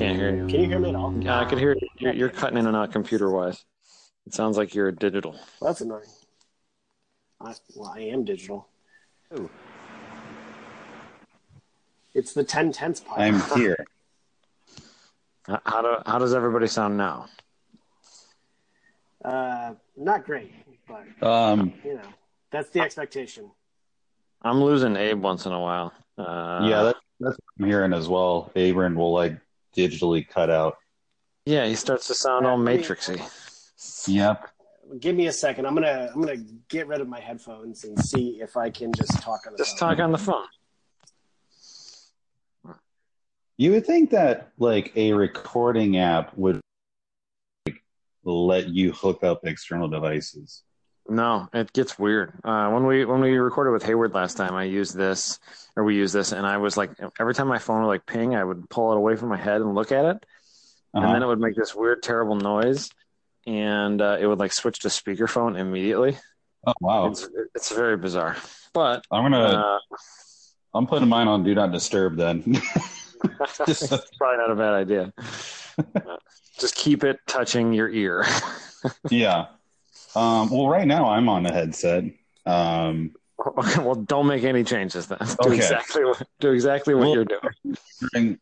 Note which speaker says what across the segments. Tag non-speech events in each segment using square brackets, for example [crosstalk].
Speaker 1: Mm, Yeah, I could hear you're, you're cutting in and out computer wise. It sounds like you're digital.
Speaker 2: That's annoying. I, well, I am digital.
Speaker 3: Ooh.
Speaker 2: It's the ten tenths part. [laughs]
Speaker 3: I'm here.
Speaker 1: H- How do how does everybody sound now?
Speaker 2: Uh, not great, but
Speaker 3: Um,
Speaker 2: you know that's the expectation.
Speaker 1: I'm losing Abe once in a while. Uh,
Speaker 3: yeah, that, that's what I'm hearing as well. Abram will like digitally cut out.
Speaker 1: yeah. He starts to sound all
Speaker 2: Yeah, I mean-
Speaker 1: matrixy.
Speaker 3: Yep.
Speaker 2: Give me a second. I'm gonna I'm gonna get rid of my headphones and see if I can just talk on the
Speaker 1: Just
Speaker 2: phone.
Speaker 1: talk on the phone.
Speaker 3: You would think that like a recording app would like, let you hook up external devices.
Speaker 1: No, it gets weird. Uh, when we when we recorded with Hayward last time, I used this or we used this, and I was like, every time my phone would like ping, I would pull it away from my head and look at it, and then it
Speaker 3: Uh-huh.
Speaker 1: would make this weird, terrible noise, and uh, it would like switch to speakerphone immediately.
Speaker 3: Oh wow!
Speaker 1: It's it's very bizarre, but
Speaker 3: I'm gonna
Speaker 1: uh, [laughs]
Speaker 3: I'm putting mine on do not disturb then. [laughs]
Speaker 1: it's probably not a bad idea. Uh, Just keep it touching your ear. [laughs]
Speaker 3: yeah. Um, well, right now I'm on a headset. Um,
Speaker 1: Okay, well, don't make any changes then. [laughs] Do
Speaker 3: Okay.
Speaker 1: exactly what, do exactly what
Speaker 3: Well-
Speaker 1: you're doing.
Speaker 3: and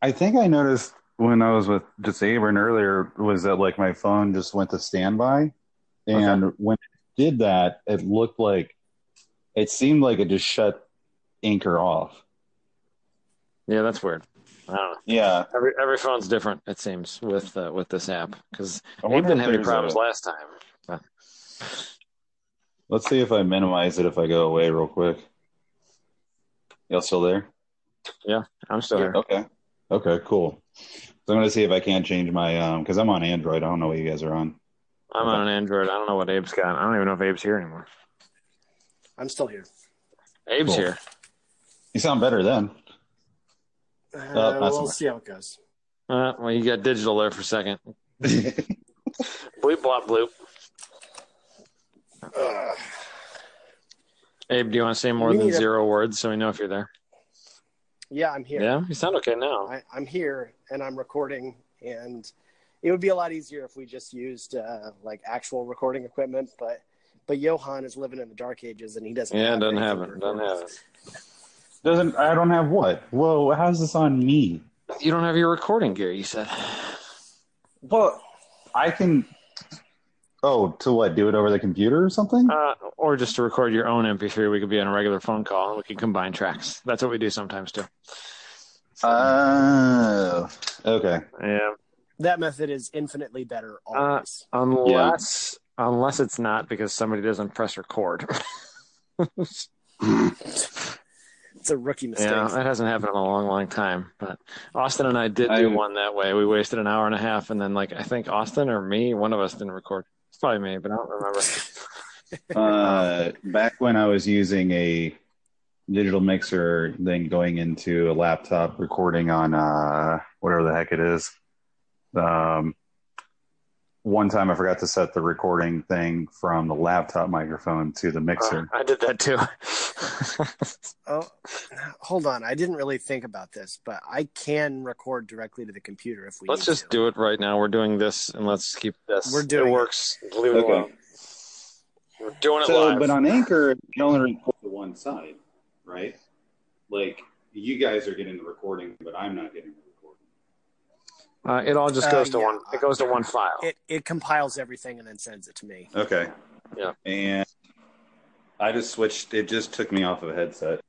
Speaker 3: I think I noticed when I was with just Abram earlier was that like my phone just went to standby, and when it did that, it looked like it seemed like it just shut Anchor off.
Speaker 1: Yeah, that's weird. I don't know.
Speaker 3: Yeah,
Speaker 1: Every every phone's different, it seems, with uh, with this app because
Speaker 3: I
Speaker 1: Abe
Speaker 3: wonder
Speaker 1: didn't
Speaker 3: if
Speaker 1: have any
Speaker 3: there's
Speaker 1: problems
Speaker 3: a-
Speaker 1: last time.
Speaker 3: Let's see if I minimize it if I go away real quick. Y'all still there?
Speaker 1: I'm still here.
Speaker 3: Okay. Okay, cool. So I'm going to see if I can't change my, um, because I'm on Android. I don't know what you guys are on.
Speaker 1: I'm on an Android. I don't know what Abe's got. I don't even know if Abe's here anymore.
Speaker 2: I'm still here.
Speaker 1: Abe's
Speaker 3: Cool.
Speaker 1: here.
Speaker 3: You sound better [laughs] then. Oh,
Speaker 2: Uh,
Speaker 3: that's
Speaker 2: we'll
Speaker 3: fine.
Speaker 2: see how it goes.
Speaker 1: Uh, well, you got digital there for a second.
Speaker 3: That's
Speaker 1: Bleep blop bloop.
Speaker 2: Ugh.
Speaker 1: Abe, do you want to say more
Speaker 2: We
Speaker 1: than
Speaker 2: need a-
Speaker 1: zero words so we know if you're there?
Speaker 2: yeah, I'm here.
Speaker 1: Yeah, you sound okay now.
Speaker 2: I, I'm here and I'm recording, and it would be a lot easier if we just used uh, like actual recording equipment. But but Johan is living in the dark ages, and he doesn't.
Speaker 1: Yeah, doesn't
Speaker 2: anything
Speaker 1: have
Speaker 2: to
Speaker 1: it. Doesn't
Speaker 2: record.
Speaker 1: have it.
Speaker 3: Doesn't, I don't have what? Whoa, how's this on me?
Speaker 1: You don't have your recording gear. You said.
Speaker 3: Well, I can, oh, to what? Do it over the computer or something?
Speaker 1: Uh, or just to record your own MP3, we could be on a regular phone call and we can combine tracks. That's what we do sometimes too.
Speaker 3: Oh, okay.
Speaker 1: Yeah.
Speaker 2: That method is infinitely better.
Speaker 1: Uh,
Speaker 2: Always.
Speaker 1: unless unless it's not because somebody doesn't press record. [laughs]
Speaker 2: it's a rookie mistake.
Speaker 1: yeah, that hasn't happened in a long, long time. But Austin and I did do
Speaker 3: I-
Speaker 1: one that way. We wasted an hour and a half, and then like I think Austin or me, one of us didn't record. It's probably me, but I don't remember.
Speaker 3: uh, back when I was using a digital mixer, then going into a laptop recording on uh, whatever the heck it is. Um, one time I forgot to set the recording thing from the laptop microphone to the mixer.
Speaker 1: Uh, I did that too. [laughs]
Speaker 2: Oh, hold on. I didn't really think about this, but I can record directly to the computer if we.
Speaker 1: let's
Speaker 2: need
Speaker 1: just
Speaker 2: to.
Speaker 1: do it right now. We're doing this, and let's keep this.
Speaker 2: We're doing
Speaker 1: it.
Speaker 2: it.
Speaker 1: Works. Leave it
Speaker 3: Okay.
Speaker 1: alone. We're doing it
Speaker 3: so,
Speaker 1: live.
Speaker 3: but on Anchor, you only record to one side, right? Like you guys are getting the recording, but I'm not getting the recording.
Speaker 1: uh, it all just
Speaker 2: Uh,
Speaker 1: goes to
Speaker 2: yeah.
Speaker 1: one. It goes to one file.
Speaker 2: It it compiles everything and then sends it to me.
Speaker 3: Okay.
Speaker 1: Yeah.
Speaker 3: And I just switched. It just took me off of a headset.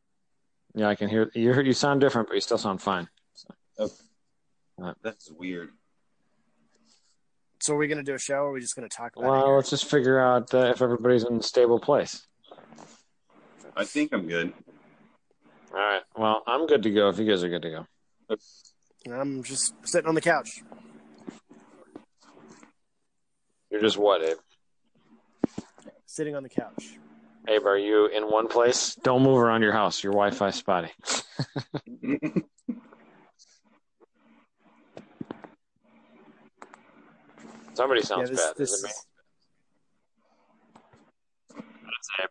Speaker 1: yeah, I can hear you. You sound different, but you still sound fine.
Speaker 3: That's weird.
Speaker 2: So are we going to do a show? Or are we just going to talk about it?
Speaker 1: Well, let's just figure out uh, if everybody's in a stable place.
Speaker 3: I think I'm good. [laughs]
Speaker 1: All right. Well, I'm good to go if you guys are good to go.
Speaker 2: I'm just sitting on the couch.
Speaker 1: You're just what, Abe?
Speaker 2: Sitting on the couch.
Speaker 1: Abe, are you in one place? Don't move around your house. Your Wi Fi spotty. Somebody sounds
Speaker 2: this-
Speaker 1: bad.
Speaker 2: this
Speaker 1: is it me?
Speaker 2: is-
Speaker 1: That's Abe.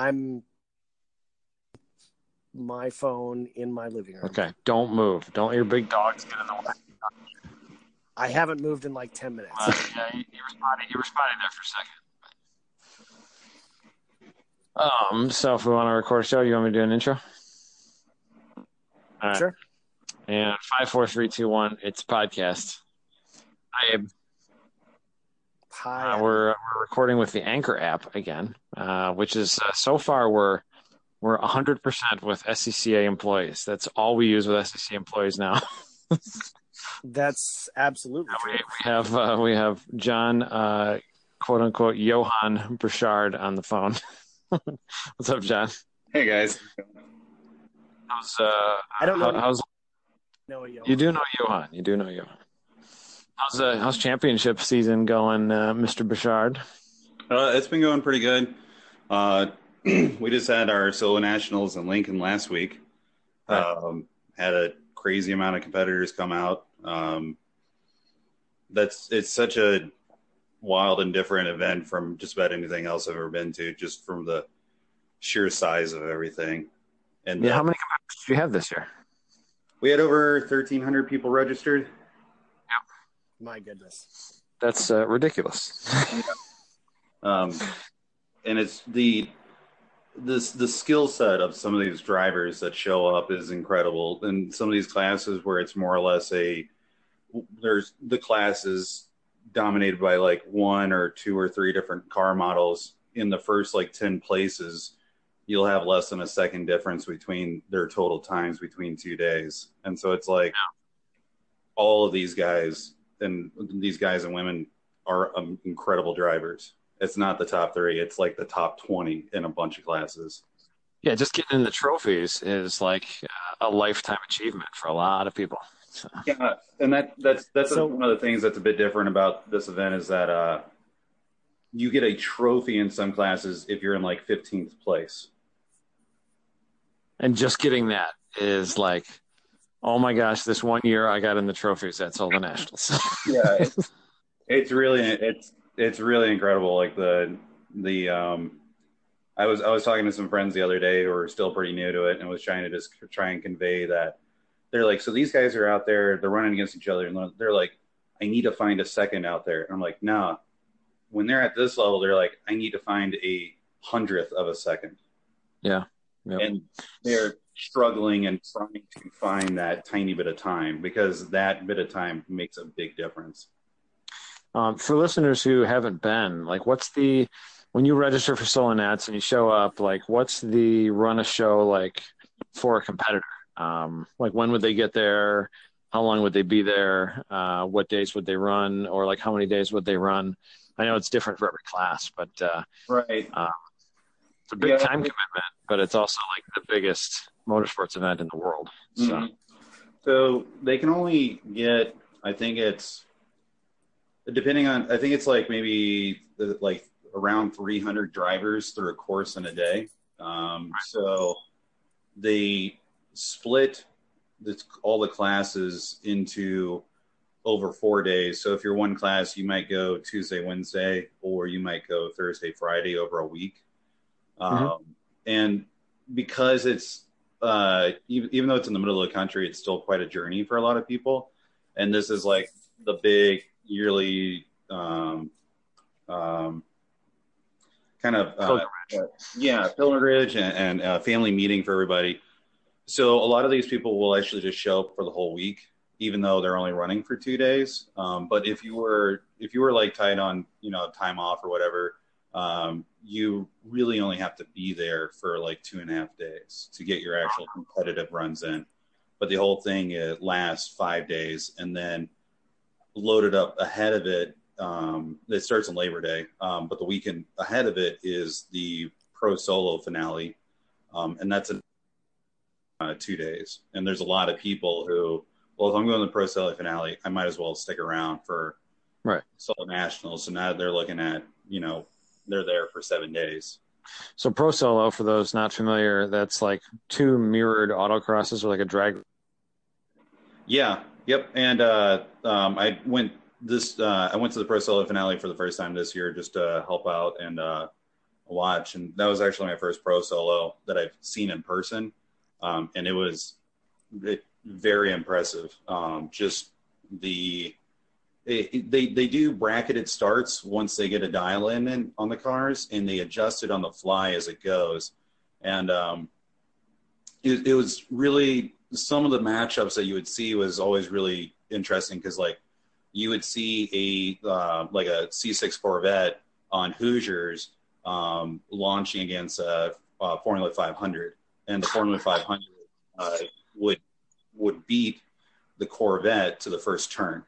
Speaker 2: I'm my phone in my living room.
Speaker 1: Okay, don't move. Don't let your big dogs get in the [laughs] way.
Speaker 2: I haven't moved in like ten minutes.
Speaker 1: Uh, yeah, you, you responded. You responded there for a second. Um, so if we want to record a show, you want me to do an intro? All right.
Speaker 2: Sure.
Speaker 1: And five, four, three, two, one. It's podcast. Hi, Abe.
Speaker 2: Hi.
Speaker 1: Uh, we're we're recording with the Anchor app again, uh, which is uh, so far we're we're hundred percent with SCCA employees. That's all we use with SCCA employees now. [laughs]
Speaker 2: That's absolutely
Speaker 1: we,
Speaker 2: true.
Speaker 1: we have uh, we have John, uh, quote unquote, Johan Burchard on the phone. [laughs] What's up, John?
Speaker 3: Hey guys.
Speaker 1: How's uh,
Speaker 2: I don't know.
Speaker 1: how- how's
Speaker 2: No, yo.
Speaker 1: you do know Johan? You do know Johan. How's uh, how's championship season going, uh, Mister Burchard?
Speaker 3: Uh, it's been going pretty good. Uh, [clears throat] we just had our solo nationals in Lincoln last week. Um, had a crazy amount of competitors come out. Um, that's it's such a wild and different event from just about anything else I've ever been to, just from the sheer size of everything. And uh,
Speaker 1: Yeah, how many competitors do you have this year?
Speaker 3: we had over thirteen hundred people registered.
Speaker 2: My goodness.
Speaker 1: That's uh, ridiculous. [laughs]
Speaker 3: um, and it's the this the skill set of some of these drivers that show up is incredible and some of these classes where it's more or less a there's the classes dominated by like one or two or three different car models in the first like 10 places you'll have less than a second difference between their total times between two days and so it's like all of these guys and these guys and women are um, incredible drivers it's not the top three it's like the top 20 in a bunch of classes
Speaker 1: yeah, just getting in the trophies is like uh, a lifetime achievement for a lot of people. So,
Speaker 3: yeah and that that's that's
Speaker 2: So-
Speaker 3: one of the things that's a bit different about this event is that uh you get a trophy in some classes if you're in like 15th place
Speaker 1: and just getting that is like, oh my gosh, this one year I got in the trophies at Solvent Nationals. [laughs]
Speaker 3: yeah it's, it's really it's it's really incredible like the the um i was i was talking to some friends the other day who are still pretty new to it and was trying to just try and convey that they're like so these guys are out there they're running against each other and they're like i need to find a second out there and i'm like nah when they're at this level they're like i need to find a hundredth of a second
Speaker 1: Yeah. Yep.
Speaker 3: and they're struggling and trying to find that tiny bit of time because that bit of time makes a big difference
Speaker 1: Um, for listeners who haven't been, like, what's the when you register for Solanats and you show up, like, what's the run a show like for a competitor? Um, like, when would they get there? How long would they be there? Uh, what days would they run, or like how many days would they run? I know it's different for every class, but uh,
Speaker 3: right
Speaker 1: it's a big
Speaker 3: Yeah.
Speaker 1: time commitment. But it's also like the biggest motorsports event in the world. So
Speaker 3: Mhm. So they can only get, I think it's depending on, I think it's like maybe the, like around 300 drivers through a course in a day. Um, so they split the, all the classes into over four days. So if you're one class, you might go Tuesday, Wednesday, or you might go Thursday, Friday over a week. Um, And because it's uh, even, even though it's in the middle of the country, it's still quite a journey for a lot of people. And this is like the big yearly um, um, kind of uh, yeah pilgrimage and, and uh, family meeting for everybody. So a lot of these people will actually just show up for the whole week, even though they're only running for two days. Um, but if you were if you were like tight on you know time off or whatever, um, you really only have to be there for like two and a half days to get your actual competitive runs in. But the whole thing uh, lasts five days, and then loaded up ahead of it. Um, it starts on Labor Day, um, but the weekend ahead of it is the pro solo finale, um, and that's in uh, two days. And there's a lot of people who, well, if I'm going to the pro solo finale, I might as well stick around for
Speaker 1: Right.
Speaker 3: solo nationals. So now they're looking at, you know, they're there for seven days.
Speaker 1: So Pro Solo, for those not familiar, that's like two mirrored autocrosses or like a drag.
Speaker 3: Yeah. Yep. And uh, um, I went this. Uh, I went to the pro solo finale for the first time this year just to help out and uh, watch. And that was actually my first pro solo that I've seen in person. um, and it was v- very impressive. Um, just the it, it- they they do bracketed starts once they get a dial in, in on the cars, and they adjust it on the fly as it goes. And um, it, it was really some of the matchups that you would see was always really interesting because like you would see a uh, like a C6 Corvette on Hoosiers um, launching against a, uh Formula 500, and the Formula 500 uh, would would beat the Corvette to the first turn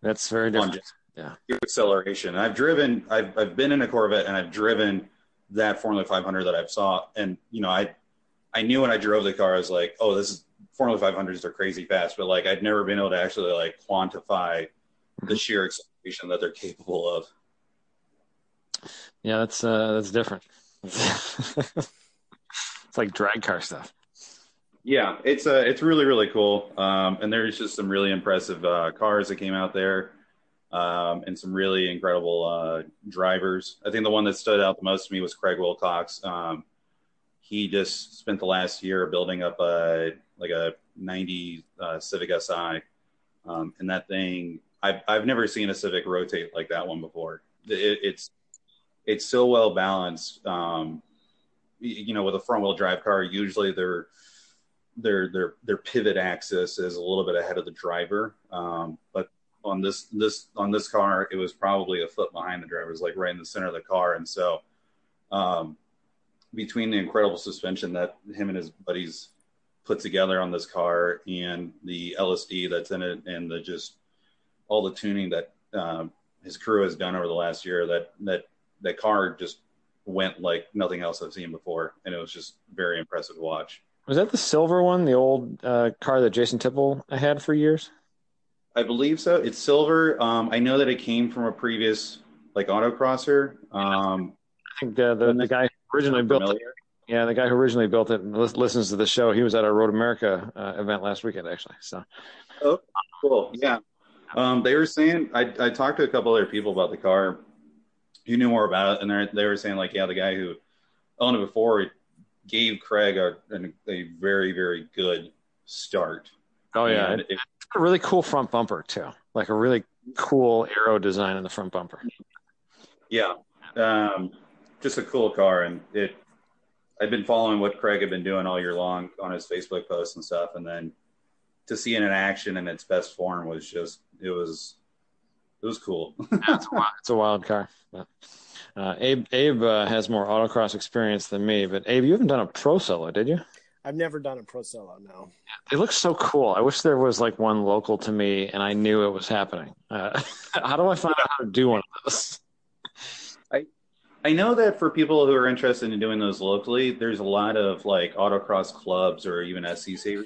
Speaker 1: That's very
Speaker 3: on
Speaker 1: different.
Speaker 3: just
Speaker 1: Yeah.
Speaker 3: pure acceleration. And I've driven, I've I've been in a Corvette, and I've driven that Formula 500 that I've saw, and you know, I I knew when I drove the car, I was like, oh, this is Formula 500s are crazy fast, but like I'd never been able to actually like quantify
Speaker 1: Mm-hmm.
Speaker 3: the sheer acceleration that they're capable of.
Speaker 1: Yeah, that's uh, that's different. [laughs] it's like drag car stuff.
Speaker 3: Yeah, it's uh, it's really really cool. Um, and there's just some really impressive uh, cars that came out there, um, and some really incredible uh, drivers. I think the one that stood out the most to me was Craig Wilcox. Um, he just spent the last year building up a like a '90 uh, Civic SI, um, and that thing I've I've never seen a Civic rotate like that one before. It, it's it's so well balanced. Um, y- you know, with a front wheel drive car, usually they're their their their pivot axis is a little bit ahead of the driver. Um, but on this this on this car, it was probably a foot behind the driver. It was like right in the center of the car, and so um, between the incredible suspension that him and his buddies put together on this car, and the LSD that's in it, and the just all the tuning that um, his crew has done over the last year, that that that car just went like nothing else I've seen before, and it was just very impressive to watch.
Speaker 1: Was that the silver one, the old uh, car that Jason Tipple had for years?
Speaker 3: I believe so. It's silver. Um, I know that it came from a previous like autocrosser. Um,
Speaker 1: I think uh, the the guy who originally built it.
Speaker 3: familiar.
Speaker 1: Yeah, the guy who originally built it and lis- listens to the show. He was at our Road America uh, event last weekend, actually. So
Speaker 3: Cool. Yeah. Um, they were saying I, I talked to a couple other people about the car who knew more about it, and they they were saying like yeah, the guy who owned it before gave Craig a, an- a very very good start.
Speaker 1: oh yeah,
Speaker 3: And
Speaker 1: it's
Speaker 3: it-
Speaker 1: got a really cool front bumper too. Like a really cool arrow design in the front bumper.
Speaker 3: Yeah, um, just a cool car, and it. I've been following what Craig had been doing all year long on his Facebook posts and stuff, and then to see it in action in its best form was just it was it was cool. [laughs]
Speaker 1: Yeah, it's, a wild, it's a wild car. But, uh, Abe Abe uh, has more autocross experience than me, but Abe, you haven't done a pro solo, did you?
Speaker 2: I've never done a pro solo. No,
Speaker 1: It looks so cool. I wish there was like one local to me and I knew it was happening. Uh, [laughs] how do I find out how to do one of those?
Speaker 3: I know that for people who are interested in doing those locally, there's a lot of like autocross clubs or even SCC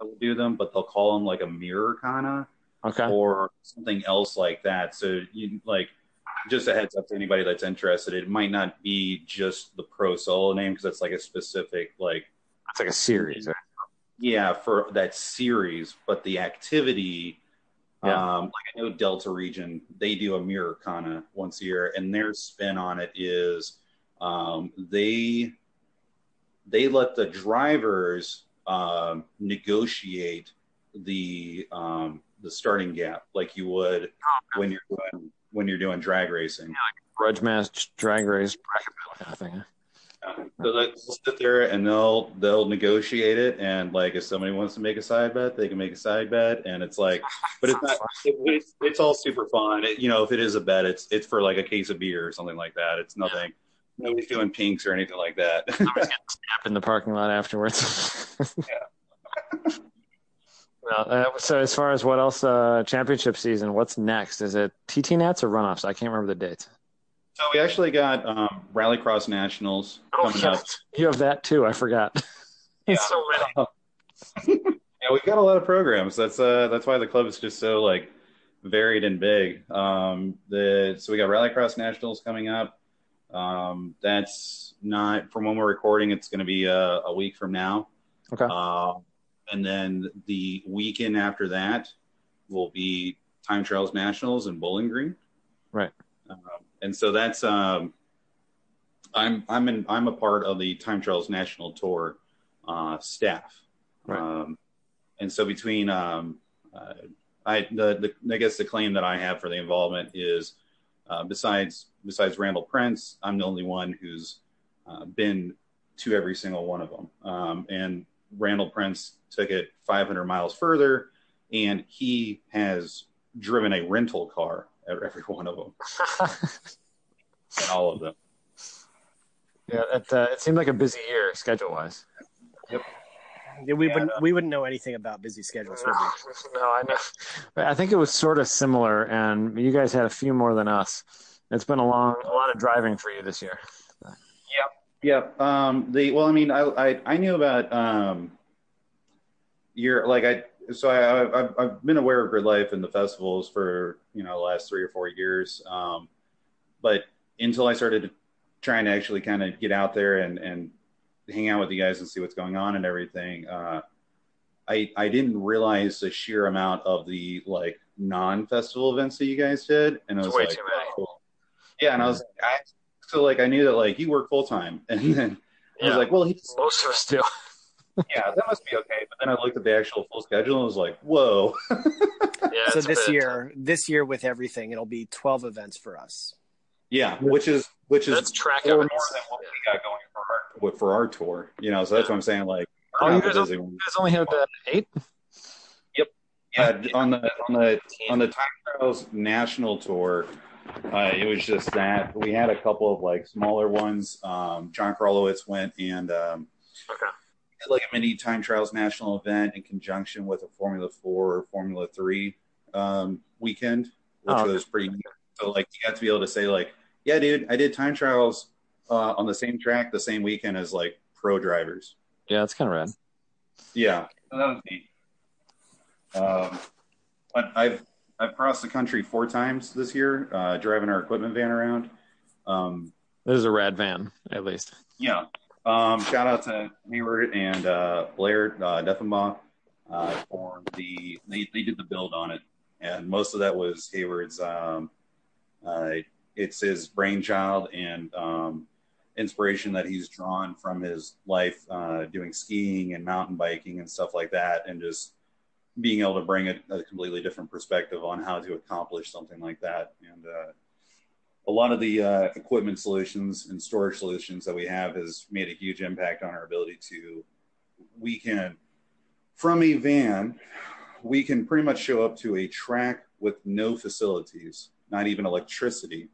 Speaker 3: that will do them, but they'll call them like a mirror kana.
Speaker 1: Okay.
Speaker 3: or something else like that. So you like just a heads up to anybody that's interested. It might not be just the pro solo name because that's like a specific like
Speaker 1: It's like a series. right?
Speaker 3: yeah for that series, but the activity.
Speaker 1: Yeah.
Speaker 3: Um, like I know Delta Region, they do a mirror kana once a year, and their spin on it is um, they they let the drivers um, negotiate the um, the starting gap like you would when you're doing when you're doing drag racing.
Speaker 1: Grudge match, drag race, bracket battle kind of thing.
Speaker 3: So they'll sit there and they'll they'll negotiate it, and like if somebody wants to make a side bet, they can make a side bet, and it's like, but it's not. It, it's, it's all super fun. It, you know, if it is a bet, it's it's for like a case of beer or something like that. It's nothing. Nobody's doing pinks or anything like that. [laughs]
Speaker 1: Up in the parking lot afterwards. [laughs] Well, uh, so as far as what else, uh, championship season, what's next? Is it TT Nats or runoffs? I can't remember the dates.
Speaker 3: so we actually got um, Rallycross Nationals coming up.
Speaker 1: You have that too. I forgot. [laughs]
Speaker 3: Yeah.
Speaker 1: so many.
Speaker 3: Yeah, we've got a lot of programs. That's uh that's why the club is just so like varied and big. Um the so we got Rallycross Nationals coming up. Um that's not from when we're recording, it's gonna be a, a week from now.
Speaker 1: Okay.
Speaker 3: Um and then the weekend after that will be Time Trials Nationals in Bowling Green.
Speaker 1: Right.
Speaker 3: Um, and so that's um I'm I'm in I'm a part of the Time Trials National Tour uh, staff.
Speaker 1: Right.
Speaker 3: Um, and so between um, uh, I the, the I guess the claim that I have for the involvement is uh, besides besides Randall Prince, I'm the only one who's uh, been to every single one of them. Um, and Randall Prince took it 500 miles further, and he has driven a rental car at every [laughs] one of them, at all of them.
Speaker 1: yeah, it, uh, it seemed like a busy year schedule wise.
Speaker 2: Yeah, we
Speaker 3: Yeah.
Speaker 2: wouldn't we wouldn't know anything about busy schedules. Would we?
Speaker 1: no, [laughs] I know. But I think it was sort of similar, and you guys had a few more than us. It's been a long, a lot of driving for you this year.
Speaker 3: Yep. Um, the well, I mean, I I, I knew about um, your like I so I I- I've, I've been aware of Grid Life and the festivals for you know the last three or four years, um, but until I started trying to actually kind of get out there and and hang out with you guys and see what's going on and everything, uh, I I didn't realize the sheer amount of the like non festival events that you guys did, and I
Speaker 1: It's
Speaker 3: was
Speaker 1: way
Speaker 3: like,
Speaker 1: too many.
Speaker 3: oh. yeah, and I was I, so like I knew that like you work full time, [laughs] and then I was
Speaker 1: Yeah.
Speaker 3: like, well, he's
Speaker 1: Most of us do.
Speaker 3: yeah, that must be okay. But then I looked at the actual full schedule and was like, whoa. [laughs]
Speaker 1: Yeah,
Speaker 2: so
Speaker 1: it's
Speaker 2: this
Speaker 1: been-
Speaker 2: year, this year with everything, it'll be twelve events for us.
Speaker 3: Yeah, which is which is
Speaker 1: that's track
Speaker 3: four more
Speaker 1: of
Speaker 3: than what we got going for our what- for our tour. You know, so that's what I'm saying. Like,
Speaker 1: Oh,
Speaker 3: we're
Speaker 1: you
Speaker 3: not
Speaker 1: guys,
Speaker 3: the
Speaker 1: you
Speaker 3: busy ones.
Speaker 1: guys only had uh, eight.
Speaker 3: yeah, on the on the on the Time Trials National Tour, uh, it was just that we had a couple of like smaller ones. Um, John Karlowitz went and um,
Speaker 1: Okay.
Speaker 3: did, like a mini Time Trials National event in conjunction with a Formula Four or Formula Three um, weekend, which
Speaker 1: Oh,
Speaker 3: was pretty. Neat. So like you got to be able to say like, yeah, dude, I did time trials uh, on the same track the same weekend as like pro drivers.
Speaker 1: Yeah, that's kind of rad.
Speaker 3: Yeah, so that was neat. Um, but I've I've crossed the country four times this year, uh, driving our equipment van around. Um,
Speaker 1: There's a rad van, at least.
Speaker 3: yeah. Um, shout out to Hayward and uh, Blair uh, Deffenbaugh uh, for the they, they did the build on it, and most of that was Hayward's. Um, uh, it's his brainchild and um, inspiration that he's drawn from his life uh, doing skiing and mountain biking and stuff like that, and just being able to bring a, a completely different perspective on how to accomplish something like that. And uh, a lot of the uh, equipment solutions and storage solutions that we have has made a huge impact on our ability to we can from a van we can pretty much show up to a track with no facilities not even electricity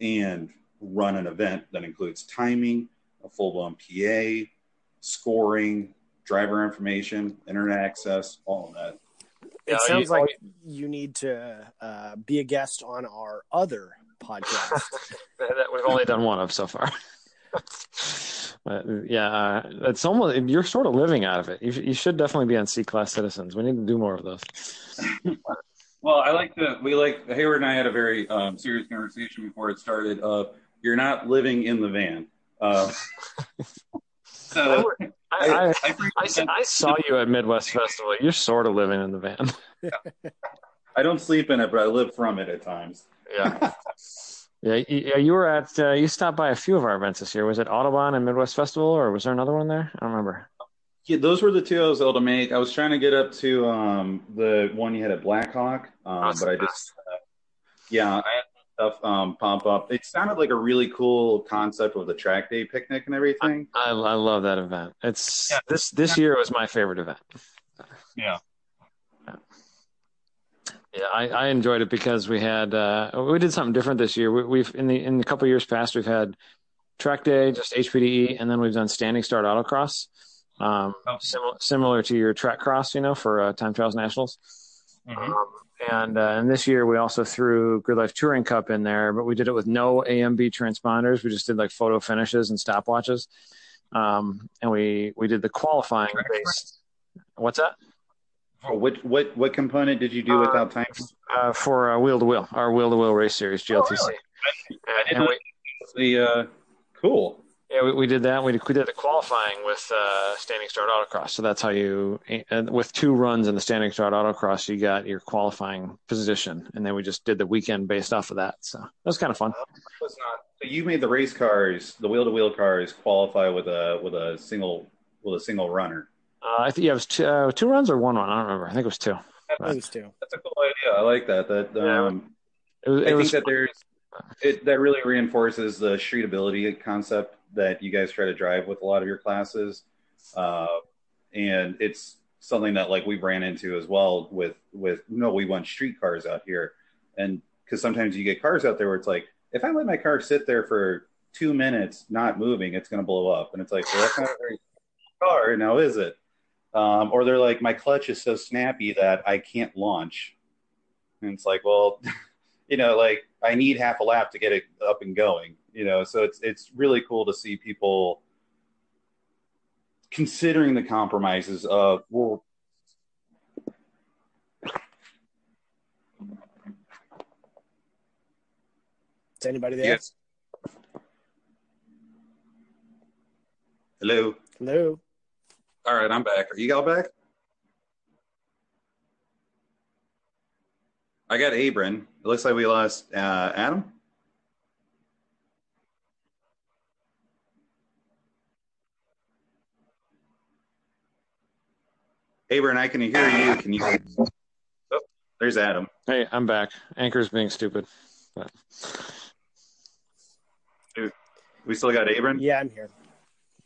Speaker 3: and run an event that includes timing a full-blown pa scoring driver information internet access all of that
Speaker 1: Yeah,
Speaker 2: it sounds
Speaker 1: you-
Speaker 2: like you need to uh, be a guest on our other
Speaker 1: [laughs]
Speaker 2: podcast.
Speaker 1: That- that- We've only done one of so far. [laughs] but yeah, uh, it's almost you're sort of living out of it. You, sh- you should definitely be on C class citizens. We need to do more of those.
Speaker 3: Well, I like to. We like Hayward and I had a very um, serious conversation before it started. Of you're not living in the van.
Speaker 1: [laughs]
Speaker 3: Uh,
Speaker 1: I,
Speaker 3: so
Speaker 1: would- I, I,
Speaker 3: I,
Speaker 1: I s- I saw you at Midwest Festival. You're sort of living in the van.
Speaker 3: I don't sleep in it, but I live from it at times.
Speaker 1: Yeah. [laughs] Yeah, y- yeah, you were at uh, you stopped by a few of our events this year. Was it Audubon and Midwest Festival, or was there another one there? I don't remember.
Speaker 3: Yeah, those were the two I was able to make. I was trying to get up to um, the one you had at Blackhawk, um, but I just yeah, I had stuff um, pop up. It sounded like a really cool concept with the track day picnic and everything.
Speaker 1: I, I love that event. It's
Speaker 3: Yeah.
Speaker 1: this this year was my favorite event.
Speaker 3: Yeah.
Speaker 1: Yeah, I, I enjoyed it because we had uh, we did something different this year. We, we've in the in a couple years past we've had track day, just HPDE, E, and then we've done standing start autocross, um,
Speaker 3: Oh.
Speaker 1: similar similar to your track cross, you know, for uh, time trials nationals. Um, and uh, and this year we also threw Grid Life Touring Cup in there, but we did it with no AMB transponders. We just did like photo finishes and stopwatches, um, and we we did the qualifying based. What's that?
Speaker 3: What what what component did you do
Speaker 1: Uh,
Speaker 3: without time?
Speaker 1: Uh, for uh, wheel to wheel, our wheel to wheel race series GLTC.
Speaker 3: really?
Speaker 1: And- and we,
Speaker 3: The uh, cool.
Speaker 1: yeah, we, we did that. We did, we did the qualifying with uh, standing start autocross. So that's how you, and with two runs in the standing start autocross, you got your qualifying position, and then we just did the weekend based off of that. So that was kind of fun.
Speaker 3: was not. So you made the race cars, the wheel to wheel cars, qualify with a with a single with a single runner.
Speaker 1: Uh, I think yeah, it was two, uh, two runs or one run. I don't remember. I think it was two.
Speaker 3: That's,
Speaker 2: Those two.
Speaker 3: that's a cool idea. I like that. That
Speaker 1: Yeah.
Speaker 3: um,
Speaker 1: It was,
Speaker 3: I
Speaker 1: it
Speaker 3: think
Speaker 1: was
Speaker 3: that there's it that really reinforces the streetability concept that you guys try to drive with a lot of your classes, uh, and it's something that like we ran into as well with with no we want street cars out here, and because sometimes you get cars out there where it's like if I let my car sit there for two minutes not moving, it's going to blow up, and it's like well that's not a very car now is it? Um, or they're like my clutch is so snappy that I can't launch, and it's like well you know, like I need half a lap to get it up and going, you know. So it's it's really cool to see people considering the compromises of well
Speaker 2: Is anybody there?
Speaker 3: Yes. hello.
Speaker 2: Hello.
Speaker 3: All right, I'm back. Are you all back? I got Abram. It looks like we lost uh, Adam. Abram, I can hear you. Can you? Oh, there's Adam.
Speaker 1: hey, I'm back. Anchor's being stupid. But,
Speaker 3: We still got Abram.
Speaker 2: Yeah, I'm here.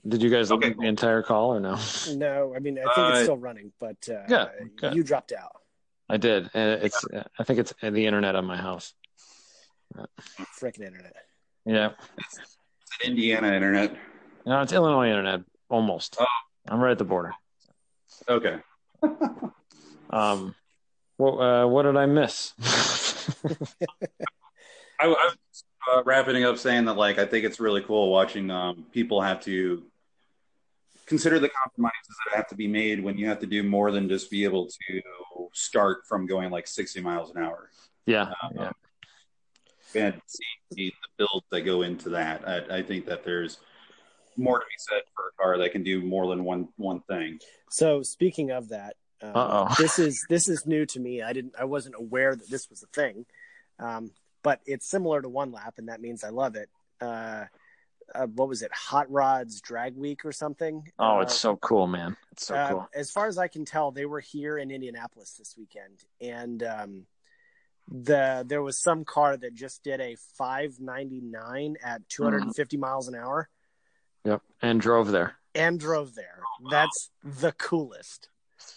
Speaker 1: did you guys
Speaker 3: Okay,
Speaker 1: listen to
Speaker 3: cool.
Speaker 1: the entire call or no?
Speaker 2: No, I mean I think it's
Speaker 3: Uh,
Speaker 2: still running, but uh,
Speaker 1: yeah, good.
Speaker 2: you dropped out.
Speaker 1: I did. And It's uh, I think it's the internet on my house.
Speaker 2: Freaking internet.
Speaker 1: Yeah,
Speaker 3: Indiana internet.
Speaker 1: no, it's Illinois internet almost.
Speaker 3: Oh.
Speaker 1: I'm right at the border.
Speaker 3: Okay. [laughs]
Speaker 1: Um, what uh, what did I miss? [laughs]
Speaker 3: I, I was uh, wrapping up saying that, like, I think it's really cool watching um, people have to consider the compromises that have to be made when you have to do more than just be able to start from going like 60 miles an hour. Um,
Speaker 1: yeah, yeah,
Speaker 3: And see the builds that go into that. I, I think that there's more to be said for a car that can do more than one one thing.
Speaker 2: So speaking of that, um,
Speaker 1: Uh-oh. [laughs]
Speaker 2: this is this is new to me. I didn't I wasn't aware that this was a thing, um, but it's similar to one lap, and that means I love it. Uh, uh, what was it? Hot Rods Drag Week or something?
Speaker 1: Oh,
Speaker 2: Uh,
Speaker 1: it's so cool, man. It's so
Speaker 2: uh,
Speaker 1: cool.
Speaker 2: As far as I can tell, they were here in Indianapolis this weekend, and um, the there was some car that just did a 599
Speaker 1: Mm-hmm.
Speaker 2: at 250 miles an hour
Speaker 1: Yep, and drove there.
Speaker 2: and drove there. That's the coolest.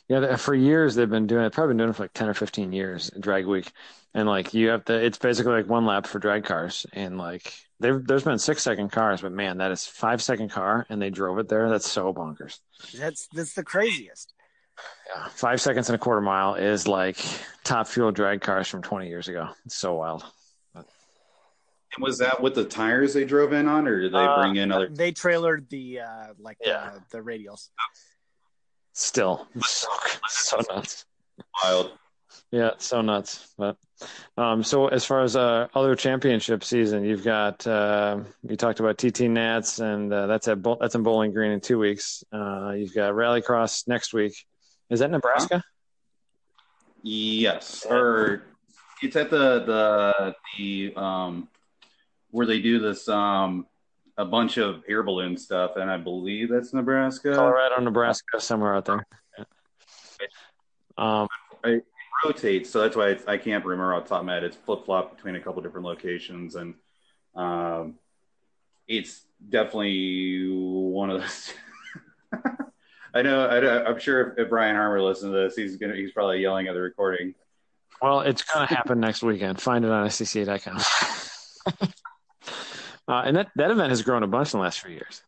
Speaker 1: Yeah, th- for years they've been doing it. Probably been doing it for like ten or fifteen years. Drag week, and like you have to. It's basically like one lap for drag cars, and like there, there's been six second cars, but man, that is five second car, and they drove it there. That's so bonkers.
Speaker 2: That's that's the craziest.
Speaker 1: Yeah, five seconds and a quarter mile is like top fuel drag cars from twenty years ago. It's so wild.
Speaker 3: And was that with the tires they drove in on, or did they
Speaker 1: Uh,
Speaker 3: bring in other?
Speaker 2: They trailered the uh, like
Speaker 1: Yeah.
Speaker 2: the, the radials.
Speaker 1: Still, so, so nuts.
Speaker 3: Wild.
Speaker 1: Yeah, it's so nuts. But um, so as far as uh, other championship season, you've got uh, you talked about TT Nats, and uh, that's at Bo- that's in Bowling Green in two weeks. Uh, you've got Rallycross next week. Is that Nebraska?
Speaker 3: Yes, or it's at the the the um where they do this um a bunch of air balloon stuff, and I believe that's Nebraska.
Speaker 1: Colorado, Nebraska, somewhere out there. Yeah. Um,
Speaker 3: Rotates, so that's why it's, I can't remember off the top of my head. It's flip flop between a couple different locations, and um, it's definitely one of those. [laughs] I know. I, know- I'm sure if, if Brian Harmer listens to this, he's gonna he's probably yelling at the recording.
Speaker 1: Well, it's going to happen next weekend. Find it on E scc.com. [laughs] uh, and that, that event has grown a bunch in the last few years.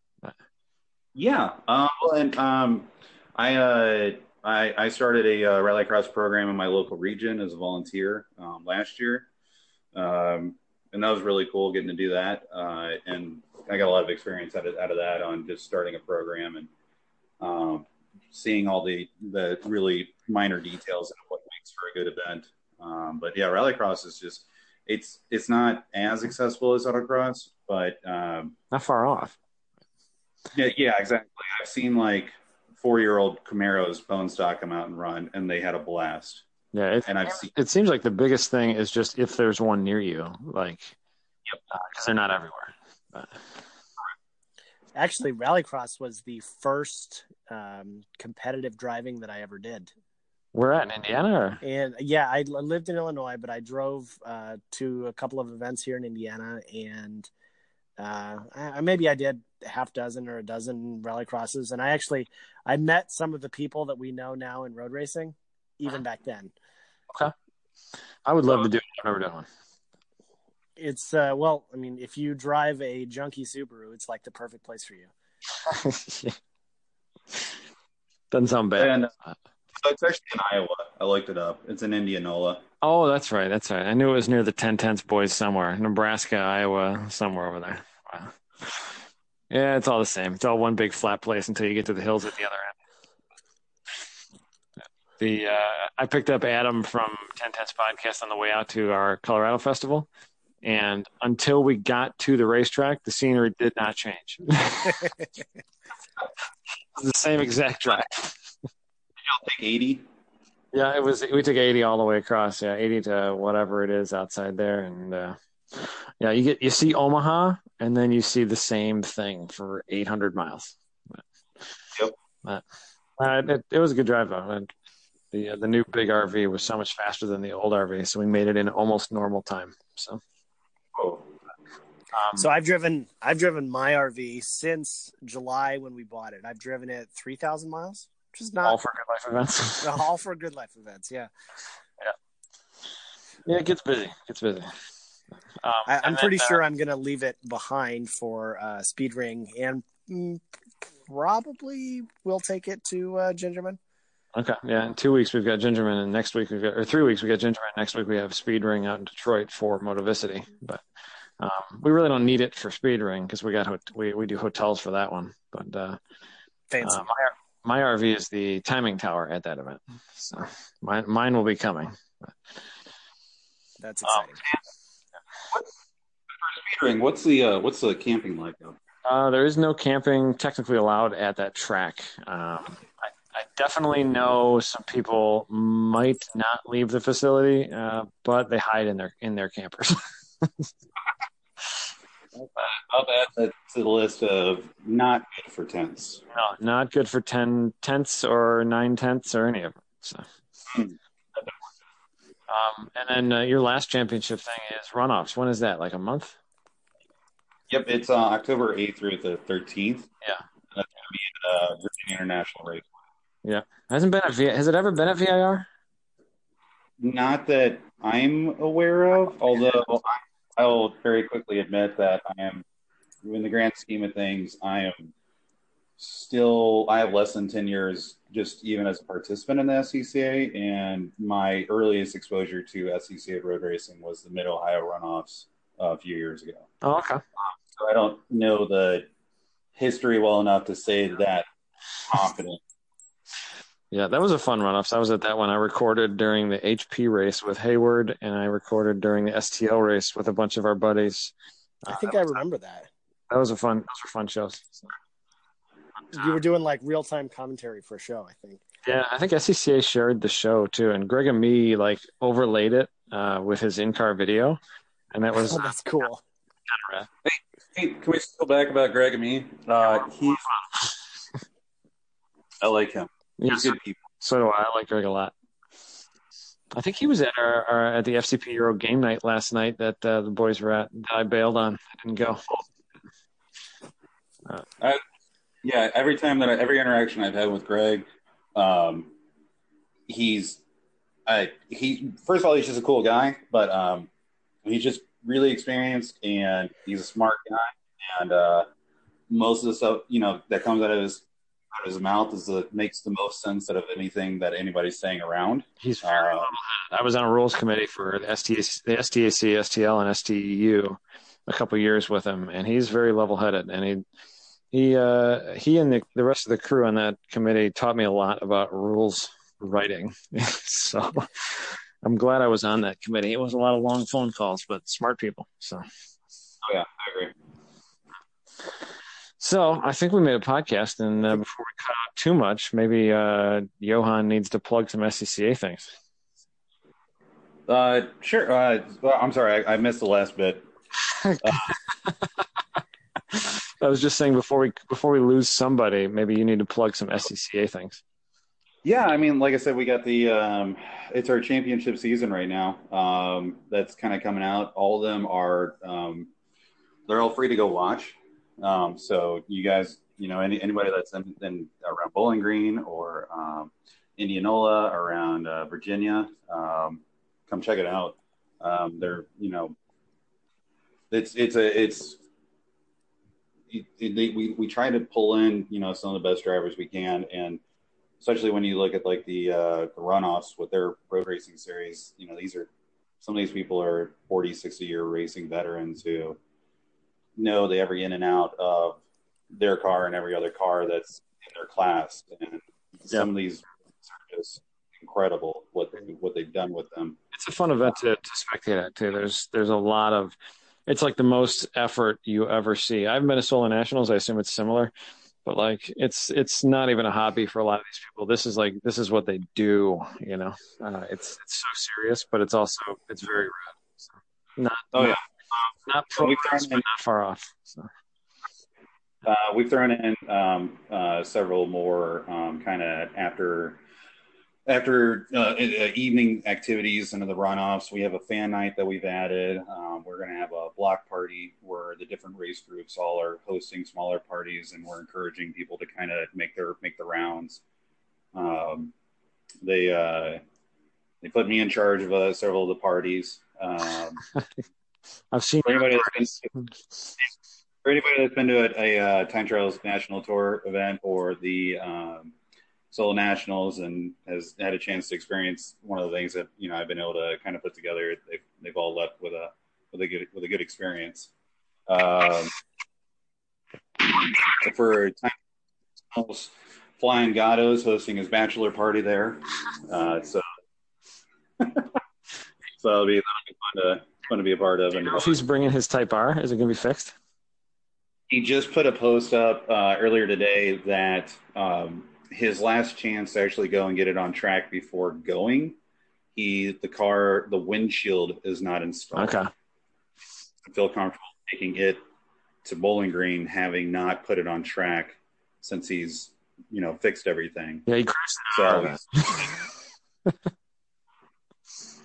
Speaker 3: Yeah. Um, well, and um, I, uh, I I started a uh, rallycross program in my local region as a volunteer um, last year, um, and that was really cool getting to do that. Uh, and I got a lot of experience out of, out of that on just starting a program and um, seeing all the the really minor details of what makes for a good event. Um, but yeah, rallycross is just it's it's not as accessible as autocross, but um,
Speaker 1: Not far off.
Speaker 3: yeah, yeah, exactly. I've seen like four year old Camaros bone stock them out and run, and they had a blast.
Speaker 1: Yeah. It,
Speaker 3: And I've seen
Speaker 1: it seems like the biggest thing is just if there's uh, one near you, like, because they're not everywhere.
Speaker 2: Actually, rallycross was the first um, competitive driving that I ever did.
Speaker 1: We're at in Indiana. Or?
Speaker 2: And yeah, I l- lived in Illinois, but I drove uh, to a couple of events here in Indiana, and uh, I, maybe I did half dozen or a dozen rallycrosses. And I actually I met some of the people that we know now in road racing, even back then.
Speaker 1: I would love to do it. I've never done one.
Speaker 2: It's uh, well, I mean, if you drive a junky Subaru, it's like the perfect place for you.
Speaker 1: Doesn't sound bad.
Speaker 3: And- So it's actually in Iowa. I looked it up. It's in Indianola.
Speaker 1: Oh, that's right. That's right. I knew it was near the 1010s boys somewhere. Nebraska, Iowa, somewhere over there. Wow. Yeah, it's all the same. It's all one big flat place until you get to the hills at the other end. The uh, I picked up Adam from 1010s podcast on the way out to our Colorado festival. And until we got to the racetrack, the scenery did not change. [laughs] It's the same exact drive.
Speaker 3: I'll take 80.
Speaker 1: Yeah, it was. We took eighty all the way across. Yeah, eighty to whatever it is outside there, and uh, yeah, you get you see Omaha, and then you see the same thing for eight hundred miles.
Speaker 3: Yep.
Speaker 1: But, uh, it, it was a good drive though. And the uh, the new big RV was so much faster than the old RV, so we made it in almost normal time. So.
Speaker 3: Oh.
Speaker 1: Um,
Speaker 2: So I've driven I've driven my RV since July when we bought it. I've driven it three thousand miles, which is
Speaker 1: all
Speaker 2: not
Speaker 1: for good life events.
Speaker 2: [laughs] all for good life events. Yeah,
Speaker 1: [laughs] yeah, it gets busy. It gets busy. Um,
Speaker 2: I,
Speaker 1: and
Speaker 2: I'm
Speaker 1: then,
Speaker 2: pretty
Speaker 1: uh,
Speaker 2: sure I'm gonna leave it behind for uh, Speed Ring, and mm, probably we'll take it to uh, Gingerman.
Speaker 1: Okay. Yeah. In two weeks, we've got Gingerman, and next week, we've got, or three weeks, we got Gingerman. Next week, we have Speed Ring out in Detroit for Motivicity. But um, we really don't need it for Speed Ring because we got, hot- we, we do hotels for that one. But uh,
Speaker 2: Fancy.
Speaker 1: uh, my, my RV is the timing tower at that event. So mine, mine will be coming.
Speaker 2: That's
Speaker 1: um,
Speaker 2: exciting.
Speaker 3: Petering, what's the uh, what's the camping like? Though?
Speaker 1: Uh, there is no camping technically allowed at that track. Um, I, I definitely know some people might not leave the facility, uh, but they hide in their in their campers.
Speaker 3: I'll add that to the list of not good for tents.
Speaker 1: No, not good for 10 tenths or 9 tenths or any of them. So. Um, and then uh, your last championship thing is runoffs. When is that? Like a month?
Speaker 3: Yep, it's uh, October 8th through the 13th.
Speaker 1: Yeah.
Speaker 3: That's going to be at uh, Virginia International Race.
Speaker 1: Hasn't been at v- has it ever been at VIR?
Speaker 3: Not that I'm aware of, although I, I will very quickly admit that I am, in the grand scheme of things, I am still, I have less than 10 years just even as a participant in the SCCA, and my earliest exposure to SCCA road racing was the Mid Ohio runoffs uh, a few years ago.
Speaker 1: Oh, okay.
Speaker 3: So I don't know the history well enough to say that confident.
Speaker 1: Yeah, that was a fun runoffs. I was at that one. I recorded during the HP race with Hayward, and I recorded during the STL race with a bunch of our buddies.
Speaker 2: I think I remember that.
Speaker 1: That was a fun. Those were fun shows.
Speaker 2: You were doing like real time commentary for a show, I think.
Speaker 1: Yeah, I think SCCA shared the show too, and Greg and me like overlaid it uh, with his in-car video, and that was
Speaker 2: Oh, [laughs] that's cool.
Speaker 3: Hey, can we go back about Greg and me? Uh, he, I like him.
Speaker 1: [laughs] yeah,
Speaker 3: He's good people.
Speaker 1: So do I. I like Greg a lot. I think he was at our, our at the FCP Euro game night last night that uh, the boys were at. That I bailed on. I didn't go.
Speaker 3: Yeah, every time that I, every interaction I've had with Greg, um, he's I he first of all he's just a cool guy, but um, he's just really experienced and he's a smart guy, and uh, most of the stuff you know that comes out of his out of his mouth is the makes the most sense out of anything that anybody's saying around.
Speaker 1: He's very
Speaker 3: Um,
Speaker 1: I was on a rules committee for the STAC, the STAC, STL, and STU a couple years with him, and he's very level-headed. And he, he, uh, he, and the, the rest of the crew on that committee taught me a lot about rules writing. [laughs] so I'm glad I was on that committee. It was a lot of long phone calls, but smart people. So,
Speaker 3: Oh, I agree.
Speaker 1: so I think we made a podcast. And uh, before we cut out too much, maybe uh, Johan needs to plug some SCCA things.
Speaker 3: Uh, sure. Uh, well, I'm sorry, I, I missed the last bit.
Speaker 1: I was just saying before we before we lose somebody, maybe you need to plug some SCCA things.
Speaker 3: Yeah, I mean, like I said, we got the um, it's our championship season right now. Um, that's kind of coming out. All of them are um, they're all free to go watch. Um, so you guys, you know, any, anybody that's in, in around Bowling Green or um, Indianola, around uh, Virginia, um, come check it out. Um, they're you know, it's it's a it's it, it, they, we we try to pull in you know some of the best drivers we can, and especially when you look at like the uh, the runoffs with their road racing series, you know, these are some of these people are 40, 60 year racing veterans who know the every in and out of their car and every other car that's in their class. And some of these are just incredible what they, what they've done with them.
Speaker 1: It's a fun event to, to spectate at too. There's there's a lot of it's like the most effort you ever see. I haven't been to Solo Nationals. I assume it's similar, but like it's it's not even a hobby for a lot of these people. This is like this is what they do. You know, uh, it's it's so serious, but it's also it's very rad. So not
Speaker 3: Oh, yeah.
Speaker 1: not, not pro,
Speaker 3: We've done
Speaker 1: but not far off. So.
Speaker 3: Uh, we've thrown in um, uh, several more um, kind of after after uh, e- uh, evening activities into the runoffs. We have a fan night that we've added. Um, we're going to have a block party where the different race groups all are hosting smaller parties, and we're encouraging people to kind of make their make the rounds. Um, they uh, they put me in charge of uh, several of the parties. Um,
Speaker 1: I've seen
Speaker 3: for anybody that's been for anybody that's been to a, a uh, time trials national tour event or the um, solo nationals and has had a chance to experience one of the things that you know I've been able to kind of put together. They've they've all left with a with a good with a good experience. Um, for time trials, flying Gatto's hosting his bachelor party there, uh, so [laughs] so it'll be, that'll be fun to fun to be a part of. and-
Speaker 1: if he's bringing his Type R. Is it going to be fixed?
Speaker 3: he just put a post up uh, earlier today that um, his last chance to actually go and get it on track before going, he the car the windshield is not installed.
Speaker 1: Okay.
Speaker 3: I feel comfortable taking it to Bowling Green, having not put it on track since he's you know fixed everything.
Speaker 1: Yeah, he crashed
Speaker 3: So
Speaker 1: Oh,
Speaker 3: he's-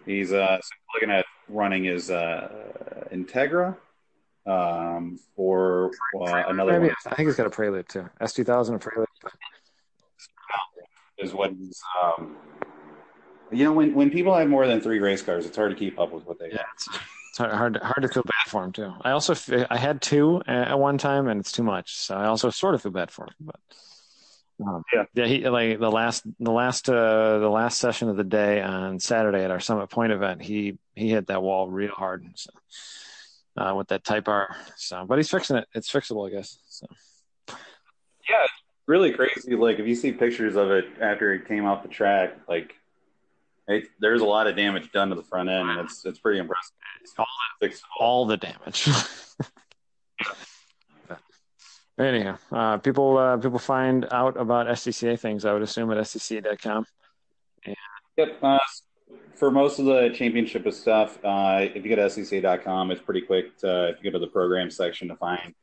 Speaker 3: he's [laughs] uh, so looking at running his uh, Integra um, or uh, another
Speaker 1: Maybe.
Speaker 3: one.
Speaker 1: I think he's got a Prelude too. S two thousand and Prelude.
Speaker 3: is what he's. Um, you know, when, when people have more than three race cars, it's hard to keep up with what they
Speaker 1: Yeah, it's, it's hard, hard to- hard to feel bad for him too. I also f- I had two at at one time, and it's too much. So I also sort of feel bad for him. But um,
Speaker 3: Yeah.
Speaker 1: yeah, he like the last the last uh, the last session of the day on Saturday at our Summit Point event, he he hit that wall real hard. So. Uh, with that Type R, so but he's fixing it. It's fixable, I guess. So
Speaker 3: Really crazy. Like if you see pictures of it after it came off the track, like it, there's a lot of damage done to the front end, and it's it's pretty impressive.
Speaker 1: All
Speaker 3: Fixed it all.
Speaker 1: all the damage. [laughs] Anyhow, uh, people uh, people find out about SCCA things. I would assume at scca.com.
Speaker 3: Yep. Uh, for most of the championship of stuff, uh, if you go to secca.com, it's pretty quick. To, if you go to the program section to find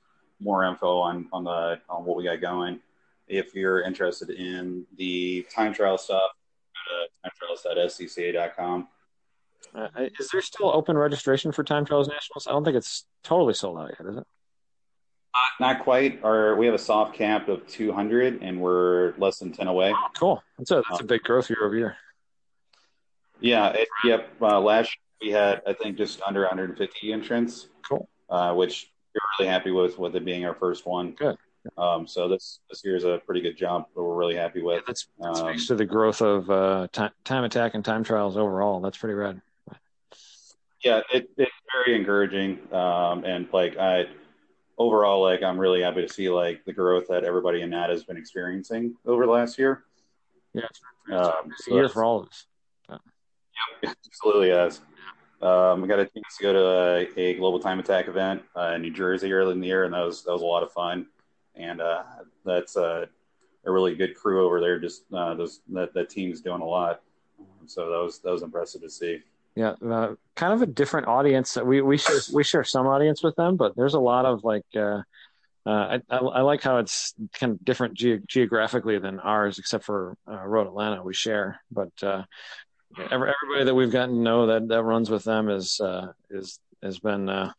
Speaker 3: more info on on the on what we got going. If you're interested in the time trial stuff, go to timetrials.scca.com.
Speaker 1: Uh, is there still open registration for Time Trials Nationals? I don't think it's totally sold out yet, is it?
Speaker 3: Not quite. Our we have a soft cap of 200, and we're less than 10 away.
Speaker 1: Oh, Cool. That's a that's a big growth year over year.
Speaker 3: Yeah. It, yep. Uh, last year we had, I think, just under 150 entrants.
Speaker 1: Cool.
Speaker 3: Uh, which we're really happy with, with it being our first one.
Speaker 1: Good.
Speaker 3: Um, so this this year is a pretty good jump that we're really happy with.
Speaker 1: That's that
Speaker 3: Um,
Speaker 1: speaks to the growth of uh, time, time attack and time trials overall. That's pretty rad.
Speaker 3: yeah, it, it's very encouraging. Um, and like I overall, like I'm really happy to see like the growth that everybody in that has been experiencing over the last year.
Speaker 1: Yeah, it's,
Speaker 3: Um,
Speaker 1: it's
Speaker 3: so
Speaker 1: a year
Speaker 3: that's-
Speaker 1: for all of us.
Speaker 3: Absolutely yes. Um, we got a chance to go to a, a global time attack event uh, in New Jersey early in the year, and that was that was a lot of fun. And uh, that's uh, a really good crew over there. Just uh, those that, that team's doing a lot. So that was that was impressive to see.
Speaker 1: Yeah, uh, kind of a different audience. We we share we share some audience with them, but there's a lot of like uh,
Speaker 4: Uh, I, I, I like how it's kind of different ge- geographically than ours, except for uh, Road Atlanta we share. But uh, every, everybody that we've gotten to know that, that runs with them is uh, is has been uh,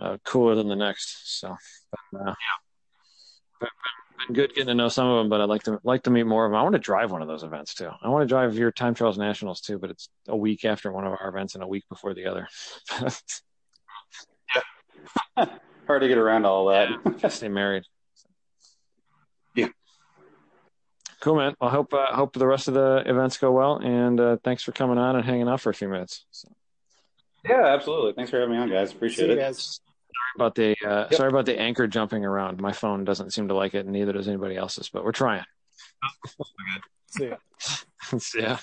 Speaker 4: uh, cooler than the next. So, but, uh, yeah, but, but been good getting to know some of them. But I'd like to like to meet more of them. I want to drive one of those events too. I want to drive your Time Trials Nationals too, but it's a week after one of our events and a week before the other. [laughs]
Speaker 3: Hard to get around to all that.
Speaker 4: Stay married.
Speaker 3: Yeah.
Speaker 4: Cool, man. I hope uh, hope the rest of the events go well, and uh, thanks for coming on and hanging out for a few minutes. So,
Speaker 3: [laughs] yeah, absolutely. Thanks for having me on, guys. [laughs] Appreciate
Speaker 2: See you
Speaker 3: it.
Speaker 2: guys.
Speaker 4: sorry about the uh, sorry about the anchor jumping around. My phone doesn't seem to like it, and neither does anybody else's. But we're trying.
Speaker 2: See
Speaker 4: [laughs]
Speaker 2: ya.
Speaker 4: yeah.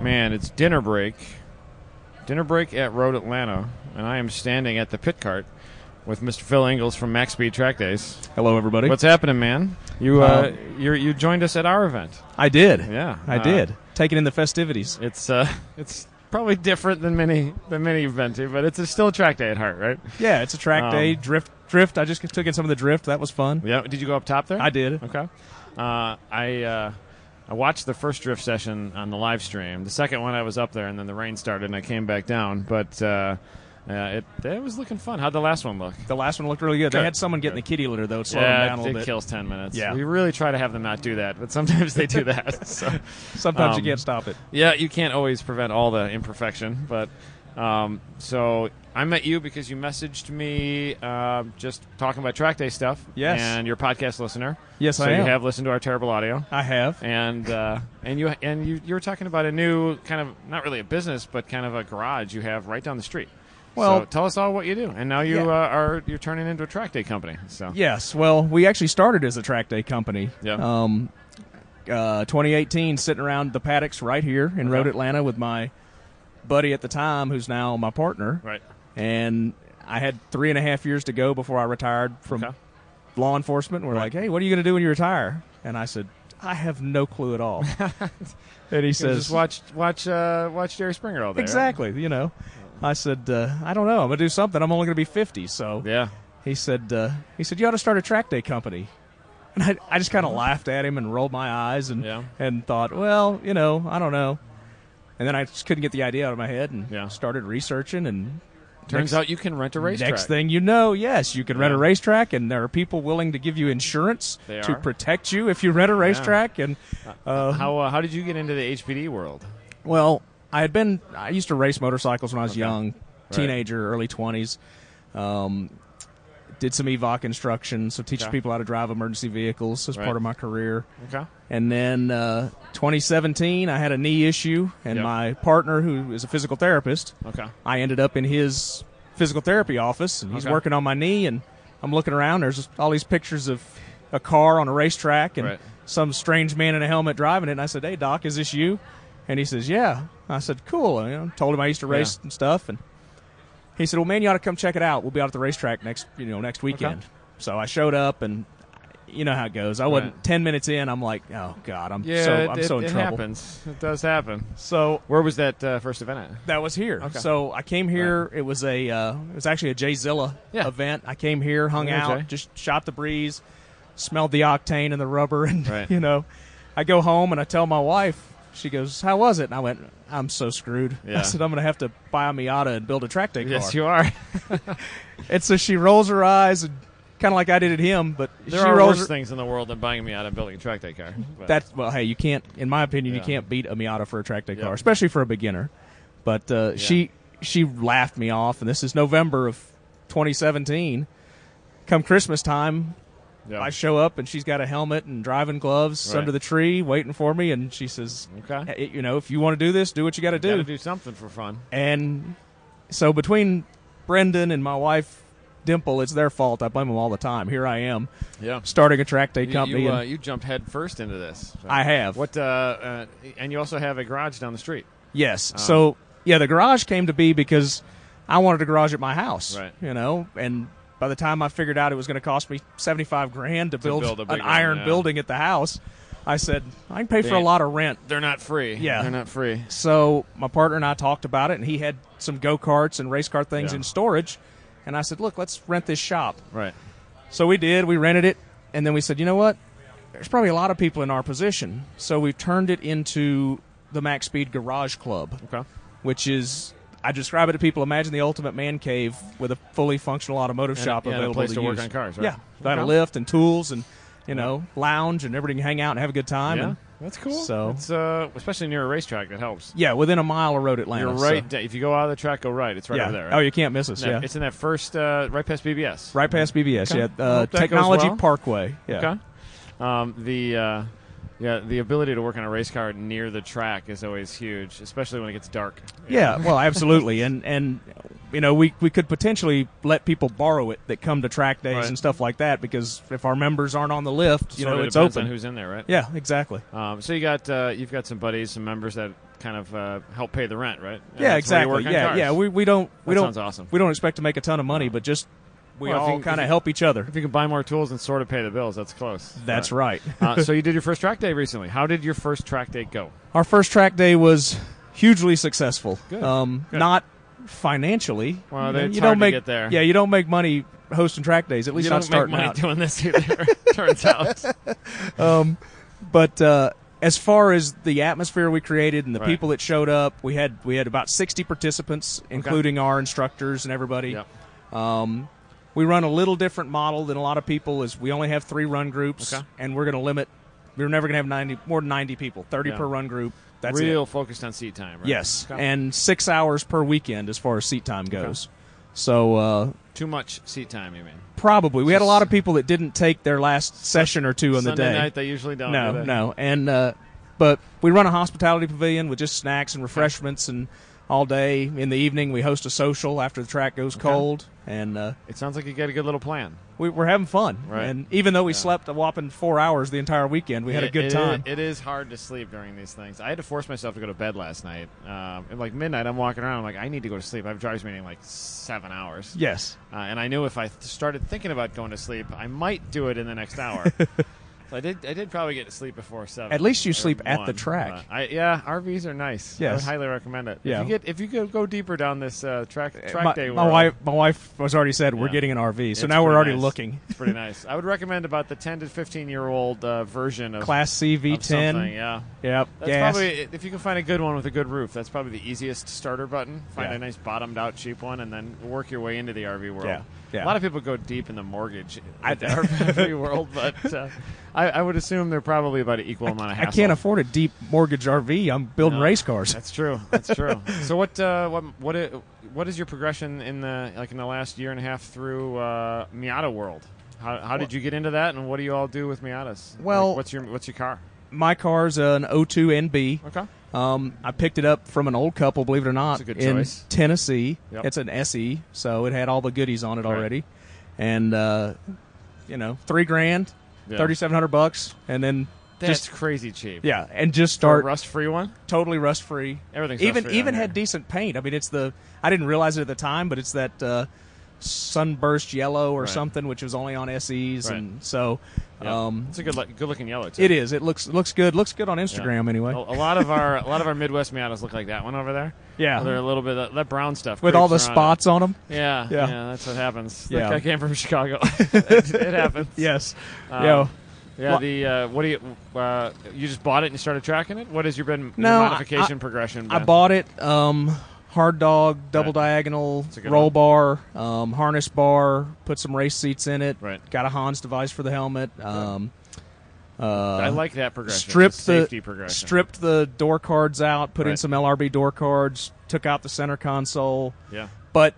Speaker 1: Man, it's dinner break. Dinner break at Road Atlanta, and I am standing at the pit cart with Mr. Phil Ingles from Max Speed Track Days.
Speaker 5: Hello, everybody.
Speaker 1: What's happening, man? You uh,
Speaker 2: Um,
Speaker 1: you you joined us at our event.
Speaker 5: I did.
Speaker 1: Yeah,
Speaker 5: I
Speaker 1: uh,
Speaker 5: did. Taking in the festivities.
Speaker 1: It's uh, [laughs] it's probably different than many than many you've been to, but it's a still a track day at heart, right?
Speaker 5: Yeah, it's a track
Speaker 1: Um,
Speaker 5: day. Drift, drift. I just took in some of the drift. That was fun.
Speaker 1: Yeah. Did you go up top there?
Speaker 5: I did.
Speaker 1: Okay. Uh, I uh, I watched the first drift session on the live stream. The second one I was up there, and then the rain started, and I came back down. But uh, uh, it it was looking fun. How'd the last one look?
Speaker 5: The last one looked really good. They
Speaker 1: Good.
Speaker 5: had someone getting the kitty litter though. It slowed
Speaker 1: yeah,
Speaker 5: them down a
Speaker 1: it,
Speaker 5: little bit.
Speaker 1: kills ten minutes.
Speaker 5: Yeah.
Speaker 1: we really try to have them not do that, but sometimes they
Speaker 5: [laughs]
Speaker 1: do that. so.
Speaker 5: Sometimes
Speaker 1: Um,
Speaker 5: you can't stop it.
Speaker 1: Yeah, you can't always prevent all the imperfection, but um, so I met you because you messaged me uh, just talking about track day stuff.
Speaker 5: Yes.
Speaker 1: and you're a podcast listener.
Speaker 5: Yes,
Speaker 1: so
Speaker 5: I
Speaker 1: you
Speaker 5: am.
Speaker 1: have listened to our terrible audio,
Speaker 5: I have.
Speaker 1: and uh, and you and you you were talking about a new kind of not really a business, but kind of a garage you have right down the street.
Speaker 5: Well-
Speaker 1: so tell us all what you do, and now you
Speaker 5: Yeah.
Speaker 1: uh, are you're turning into a track day company. So
Speaker 5: Yes. Well, we actually started as a track day company.
Speaker 1: Yeah.
Speaker 5: Um, uh, 2018, sitting around the paddocks right here in Road Atlanta with my buddy at the time, who's now my partner.
Speaker 1: right,
Speaker 5: and I had three and a half years to go before I retired from
Speaker 1: Okay.
Speaker 5: law enforcement. We're like, "Hey, what are you going to do when you retire?" And I said, "I have no clue
Speaker 1: [laughs]
Speaker 5: at all." and he says,
Speaker 1: just watch watch uh, watch Jerry Springer all day. right?
Speaker 5: "Exactly." You know, I said, uh, "I don't know. I'm going to do something. I'm only going to be 50." So
Speaker 1: Yeah.
Speaker 5: he said, uh, "He said you ought to start a track day company." And I, I just kind of laughed at him and rolled my eyes and
Speaker 1: Uh-huh. Yeah.
Speaker 5: and thought, "Well, you know, I don't know." And then I just couldn't get the idea out of my head and
Speaker 1: Yeah.
Speaker 5: started researching and
Speaker 1: Turns
Speaker 5: next-
Speaker 1: out you can rent a racetrack.
Speaker 5: Next thing you know, yes, you can rent a
Speaker 1: Yeah.
Speaker 5: racetrack, and there are people willing to give you insurance
Speaker 1: They
Speaker 5: to
Speaker 1: are.
Speaker 5: protect you if you rent a racetrack. And uh,
Speaker 1: How uh, how did you get into the HPD world?
Speaker 5: well, I had been I used to race motorcycles when I was young, teenager, early twenties. Um, did some E evoc instruction, so teaching
Speaker 1: Okay.
Speaker 5: people how to drive emergency vehicles as
Speaker 1: Right.
Speaker 5: part of my career.
Speaker 1: Okay.
Speaker 5: And then uh, 2017, I had a knee issue, and
Speaker 1: Yep.
Speaker 5: my partner, who is a physical therapist,
Speaker 1: Okay.
Speaker 5: I ended up in his physical therapy office, and he's
Speaker 1: Okay.
Speaker 5: working on my knee. And I'm looking around. There's all these pictures of a car on a racetrack and
Speaker 1: Right.
Speaker 5: some strange man in a helmet driving it. And I said, "Hey, Doc, is this you?" And he says, "Yeah." I said, "Cool." And, you know, told him I used to race and stuff, and he said, "Well, man, you ought to come check it out. We'll be out at the racetrack next, you know, next weekend." So I showed up, and you know how it goes. I wasn't
Speaker 1: Right.
Speaker 5: ten minutes in. I'm like, "Oh God, I'm
Speaker 1: Yeah,
Speaker 5: so
Speaker 1: it,
Speaker 5: I'm
Speaker 1: it-
Speaker 5: so in
Speaker 1: it
Speaker 5: trouble."
Speaker 1: happens. It does happen.
Speaker 5: So
Speaker 1: Where was that uh, first event at?
Speaker 5: that was here.
Speaker 1: Okay.
Speaker 5: So I came here. It was a uh, it was actually a Jay Zilla
Speaker 1: Yeah.
Speaker 5: event. I came here, hung
Speaker 1: Yeah,
Speaker 5: out,
Speaker 1: Jay.
Speaker 5: just shot the breeze, smelled the octane and the rubber, and [laughs]
Speaker 1: Right.
Speaker 5: you know, I go home and I tell my wife. She goes, "How was it?" And I went, "I'm so screwed." [laughs]
Speaker 1: Yeah.
Speaker 5: I said, "I'm going to have to buy a Miata and build a track day car."
Speaker 1: Yes, you
Speaker 5: [laughs]
Speaker 1: are.
Speaker 5: and so she rolls her eyes and kind of like I did at him, but
Speaker 1: there
Speaker 5: she
Speaker 1: are
Speaker 5: rolls
Speaker 1: worse
Speaker 5: her-
Speaker 1: things in the world than buying me out and building a track day car. but-
Speaker 5: That's well, hey, you can't. In my opinion,
Speaker 1: Yeah.
Speaker 5: you can't beat a Miata for a track day
Speaker 1: Yeah.
Speaker 5: car, especially for a beginner. But uh, she she laughed me off, and this is November of 2017. Come Christmas time,
Speaker 1: yeah.
Speaker 5: I show up and she's got a helmet and driving gloves
Speaker 1: Oh. Right.
Speaker 5: under the tree waiting for me, and she says,
Speaker 1: okay.
Speaker 5: "Eh, "You know, if you want to do this, do what you got to
Speaker 1: Got
Speaker 5: do."
Speaker 1: to do something for fun.
Speaker 5: And so between Brendan and my wife Dimple, it's their fault. I blame them all the time. Here I am
Speaker 1: Yeah.
Speaker 5: starting a track day
Speaker 1: You,
Speaker 5: company.
Speaker 1: you, uh,
Speaker 5: and
Speaker 1: you jumped head first into this. So-
Speaker 5: I have.
Speaker 1: What? Uh, uh, and you also have a garage down the street. Um,
Speaker 5: Yes. so yeah, the garage came to be because I wanted a garage at my house.
Speaker 1: Right.
Speaker 5: You know, and by the time I figured out it was going to cost me seventy five grand to build,
Speaker 1: build a
Speaker 5: an
Speaker 1: big one,
Speaker 5: iron
Speaker 1: yeah.
Speaker 5: building at the house, I said, I can pay for a
Speaker 1: They-
Speaker 5: lot of rent.
Speaker 1: They're not free.
Speaker 5: Yeah.
Speaker 1: They're not free.
Speaker 5: So my partner and I talked about it, and he had some go karts and race car things
Speaker 1: Yeah.
Speaker 5: in storage. And I said, look, let's rent this shop.
Speaker 1: Right.
Speaker 5: So we did. We rented it, and then we said, you know what? There's probably a lot of people in our position, so we've turned it into the Max Speed Garage Club,
Speaker 1: Okay.
Speaker 5: which is I describe it to people. Imagine the ultimate man cave with a fully functional automotive
Speaker 1: And-
Speaker 5: shop
Speaker 1: yeah, and a
Speaker 5: available
Speaker 1: place to work
Speaker 5: use.
Speaker 1: on cars, right?
Speaker 5: Yeah, got a
Speaker 1: Okay.
Speaker 5: lift and tools and you know lounge and everybody can hang out and have a good time.
Speaker 1: yeah.
Speaker 5: and-
Speaker 1: That's cool.
Speaker 5: So-
Speaker 1: it's uh, especially near a racetrack that helps.
Speaker 5: yeah, within a mile of Road Atlanta.
Speaker 1: You're
Speaker 5: so-
Speaker 1: right. da- If you go out of the track, go right. It's right
Speaker 5: yeah.
Speaker 1: over there.
Speaker 5: Oh,
Speaker 1: right?
Speaker 5: you can't miss us.
Speaker 1: It's in that-
Speaker 5: yeah.
Speaker 1: It's in that first uh, right past BBS.
Speaker 5: Right past BBS,
Speaker 1: Okay.
Speaker 5: yeah.
Speaker 1: I
Speaker 5: Uh,
Speaker 1: hope that goes
Speaker 5: Technology
Speaker 1: well.
Speaker 5: Parkway. Yeah.
Speaker 1: Okay. Um, the uh, yeah, the ability to work on a race car near the track is always huge, especially when it gets dark.
Speaker 5: Yeah, well, absolutely, and and you know we we could potentially let people borrow it that come to track days
Speaker 1: Right.
Speaker 5: and stuff like that because if our members aren't on the lift, you
Speaker 1: Sort
Speaker 5: know
Speaker 1: of
Speaker 5: it's
Speaker 1: depends on
Speaker 5: open.
Speaker 1: who's in there, right?
Speaker 5: Yeah, exactly.
Speaker 1: Um, so you got uh, you've got some buddies, some members that kind of uh, help pay the rent, right? And that's
Speaker 5: Yeah,
Speaker 1: where you
Speaker 5: exactly.
Speaker 1: work on
Speaker 5: Yeah,
Speaker 1: cars.
Speaker 5: yeah. We we don't we
Speaker 1: That
Speaker 5: don't
Speaker 1: sounds awesome.
Speaker 5: we don't expect to make a ton of money, but just we
Speaker 1: Well, if you
Speaker 5: all
Speaker 1: can-
Speaker 5: kind
Speaker 1: if
Speaker 5: of
Speaker 1: you-
Speaker 5: help
Speaker 1: [laughs]
Speaker 5: each other.
Speaker 1: if you can buy more tools and sort of pay the bills, that's close.
Speaker 5: That's
Speaker 1: Uh,
Speaker 5: right. [laughs]
Speaker 1: uh, so you did your first track day recently. How did your first track day go?
Speaker 5: Our first track day was hugely successful.
Speaker 1: Good.
Speaker 5: Um,
Speaker 1: Good.
Speaker 5: not financially.
Speaker 1: Well,
Speaker 5: you know,
Speaker 1: it's
Speaker 5: you
Speaker 1: hard
Speaker 5: don't
Speaker 1: to
Speaker 5: make
Speaker 1: get there.
Speaker 5: Yeah, you don't make money hosting track days. At least
Speaker 1: you
Speaker 5: not
Speaker 1: don't make
Speaker 5: starting
Speaker 1: money
Speaker 5: out.
Speaker 1: doing this either. [laughs] turns
Speaker 5: [laughs]
Speaker 1: out.
Speaker 5: But uh, as far as the atmosphere we created and the
Speaker 1: Right.
Speaker 5: people that showed up, we had we had about sixty participants, including our instructors and everybody.
Speaker 1: Yep.
Speaker 5: Um, we run a little different model than a lot of people. Is we only have three run groups,
Speaker 1: Okay.
Speaker 5: and we're going to limit. We're never going to have ninety more than ninety people. Thirty
Speaker 1: Yeah.
Speaker 5: per run group. That's it.
Speaker 1: Real focused on seat time. Right?
Speaker 5: Yes,
Speaker 1: Okay.
Speaker 5: and six hours per weekend as far as seat time goes. So uh,
Speaker 1: too much seat time. You mean
Speaker 5: probably we had a lot of people that didn't take their last session or two on the
Speaker 1: Sunday
Speaker 5: day.
Speaker 1: night? They usually don't. do
Speaker 5: No,
Speaker 1: they?
Speaker 5: no, and uh, but we run a hospitality pavilion with just snacks and refreshments, and all day in the evening we host a social after the track goes cold, and uh,
Speaker 1: It sounds like you got a good little plan.
Speaker 5: we, we're having fun.
Speaker 1: Right.
Speaker 5: And even though we slept a whopping four hours the entire weekend, we had a
Speaker 1: It-
Speaker 5: good
Speaker 1: it is-
Speaker 5: time.
Speaker 1: it is hard to sleep during these things. I had to force myself to go to bed last night. Um, at like midnight, I'm walking around. I'm like, I need to go to sleep. I've drives meeting in like seven hours.
Speaker 5: yes,
Speaker 1: Uh, and I knew if I th- started thinking about going to sleep, I might do it in the next
Speaker 5: [laughs]
Speaker 1: hour. so I did. I did probably get to sleep before seven.
Speaker 5: At least you
Speaker 1: or
Speaker 5: sleep at the
Speaker 1: one,
Speaker 5: track.
Speaker 1: but I, yeah, RVs are nice. I would
Speaker 5: Yes.
Speaker 1: highly recommend it.
Speaker 5: Yeah.
Speaker 1: If you get if you go, go deeper down this uh, track track
Speaker 5: my,
Speaker 1: day,
Speaker 5: my
Speaker 1: world,
Speaker 5: wife, my wife has already said we're
Speaker 1: Yeah.
Speaker 5: getting an RV, so
Speaker 1: it's
Speaker 5: now we're
Speaker 1: pretty
Speaker 5: already
Speaker 1: nice.
Speaker 5: looking.
Speaker 1: It's pretty nice. I would recommend about the ten to fifteen year old uh, version of
Speaker 5: Class
Speaker 1: of something,
Speaker 5: CV10.
Speaker 1: Yeah.
Speaker 5: Yep.
Speaker 1: That's
Speaker 5: gas.
Speaker 1: probably if you can find a good one with a good roof. That's probably the easiest starter button. Find
Speaker 5: Yeah.
Speaker 1: a nice bottomed out cheap one, and then work your way into the RV world.
Speaker 5: Yeah, yeah.
Speaker 1: A lot of people go deep in the mortgage
Speaker 5: I-
Speaker 1: at
Speaker 5: [laughs]
Speaker 1: the RV world, but uh, I, I would assume they're probably about an equal amount of
Speaker 5: I
Speaker 1: hassle.
Speaker 5: can't afford a deep mortgage RV. I'm building
Speaker 1: No.
Speaker 5: race cars.
Speaker 1: That's true. That's true.
Speaker 5: [laughs]
Speaker 1: so what uh, what what i- what is your progression in the like in the last year and a half through uh, Miata world? How, how did you get into that, and what do you all do with Miatas? Like,
Speaker 5: Well-
Speaker 1: what's your what's your car?
Speaker 5: My car's an 02 NB.
Speaker 1: Okay.
Speaker 5: Um, I picked it up from an old couple, believe it or not,
Speaker 1: That's a good
Speaker 5: in
Speaker 1: choice.
Speaker 5: Tennessee.
Speaker 1: Yep.
Speaker 5: It's an SE, so it had all the goodies on it already, and uh, you know, three grand,
Speaker 1: Yeah.
Speaker 5: thirty seven hundred bucks, and then
Speaker 1: That's
Speaker 5: just
Speaker 1: crazy cheap.
Speaker 5: yeah, and just
Speaker 1: For a
Speaker 5: start
Speaker 1: rust free one.
Speaker 5: totally rust free.
Speaker 1: Everything's
Speaker 5: even
Speaker 1: rust-free
Speaker 5: even
Speaker 1: down
Speaker 5: had
Speaker 1: here.
Speaker 5: decent paint. I mean, it's the I didn't realize it at the time, but it's that uh, sunburst yellow or
Speaker 1: Right.
Speaker 5: something, which was only on SEs,
Speaker 1: Right.
Speaker 5: and so
Speaker 1: Yeah.
Speaker 5: um,
Speaker 1: it's a good, look- good looking yellow. Too.
Speaker 5: it is. It looks looks good. Looks good on
Speaker 1: Yeah.
Speaker 5: Instagram anyway.
Speaker 1: A, a lot of our a lot
Speaker 5: [laughs]
Speaker 1: of our Midwest Miatas look like that one over there.
Speaker 5: Yeah.
Speaker 1: they're a little bit that, that brown stuff
Speaker 5: With all the
Speaker 1: creeps around it.
Speaker 5: spots on them.
Speaker 1: Yeah,
Speaker 5: Yeah.
Speaker 1: yeah, that's what happens.
Speaker 5: Yeah.
Speaker 1: Yeah, I came from
Speaker 5: [laughs]
Speaker 1: Chicago. [laughs] it, it happens.
Speaker 5: Yes.
Speaker 1: Um,
Speaker 5: yeah.
Speaker 1: yeah.
Speaker 5: Well-
Speaker 1: The uh, what do you uh, you just bought it and you started tracking it? What has your been
Speaker 5: No,
Speaker 1: your
Speaker 5: I-
Speaker 1: modification progression?
Speaker 5: I
Speaker 1: been?
Speaker 5: bought it. Um, hard dog, double
Speaker 1: Right.
Speaker 5: diagonal,
Speaker 1: a good
Speaker 5: roll
Speaker 1: one.
Speaker 5: bar, um, harness bar. Put some race seats in it.
Speaker 1: Right.
Speaker 5: Got a Hans device for the helmet. Um, uh,
Speaker 1: I like that progression.
Speaker 5: stripped
Speaker 1: the
Speaker 5: the
Speaker 1: safety progression.
Speaker 5: stripped the door cards out. Put in
Speaker 1: Right.
Speaker 5: some LRB door cards. Took out the center console.
Speaker 1: Yeah.
Speaker 5: But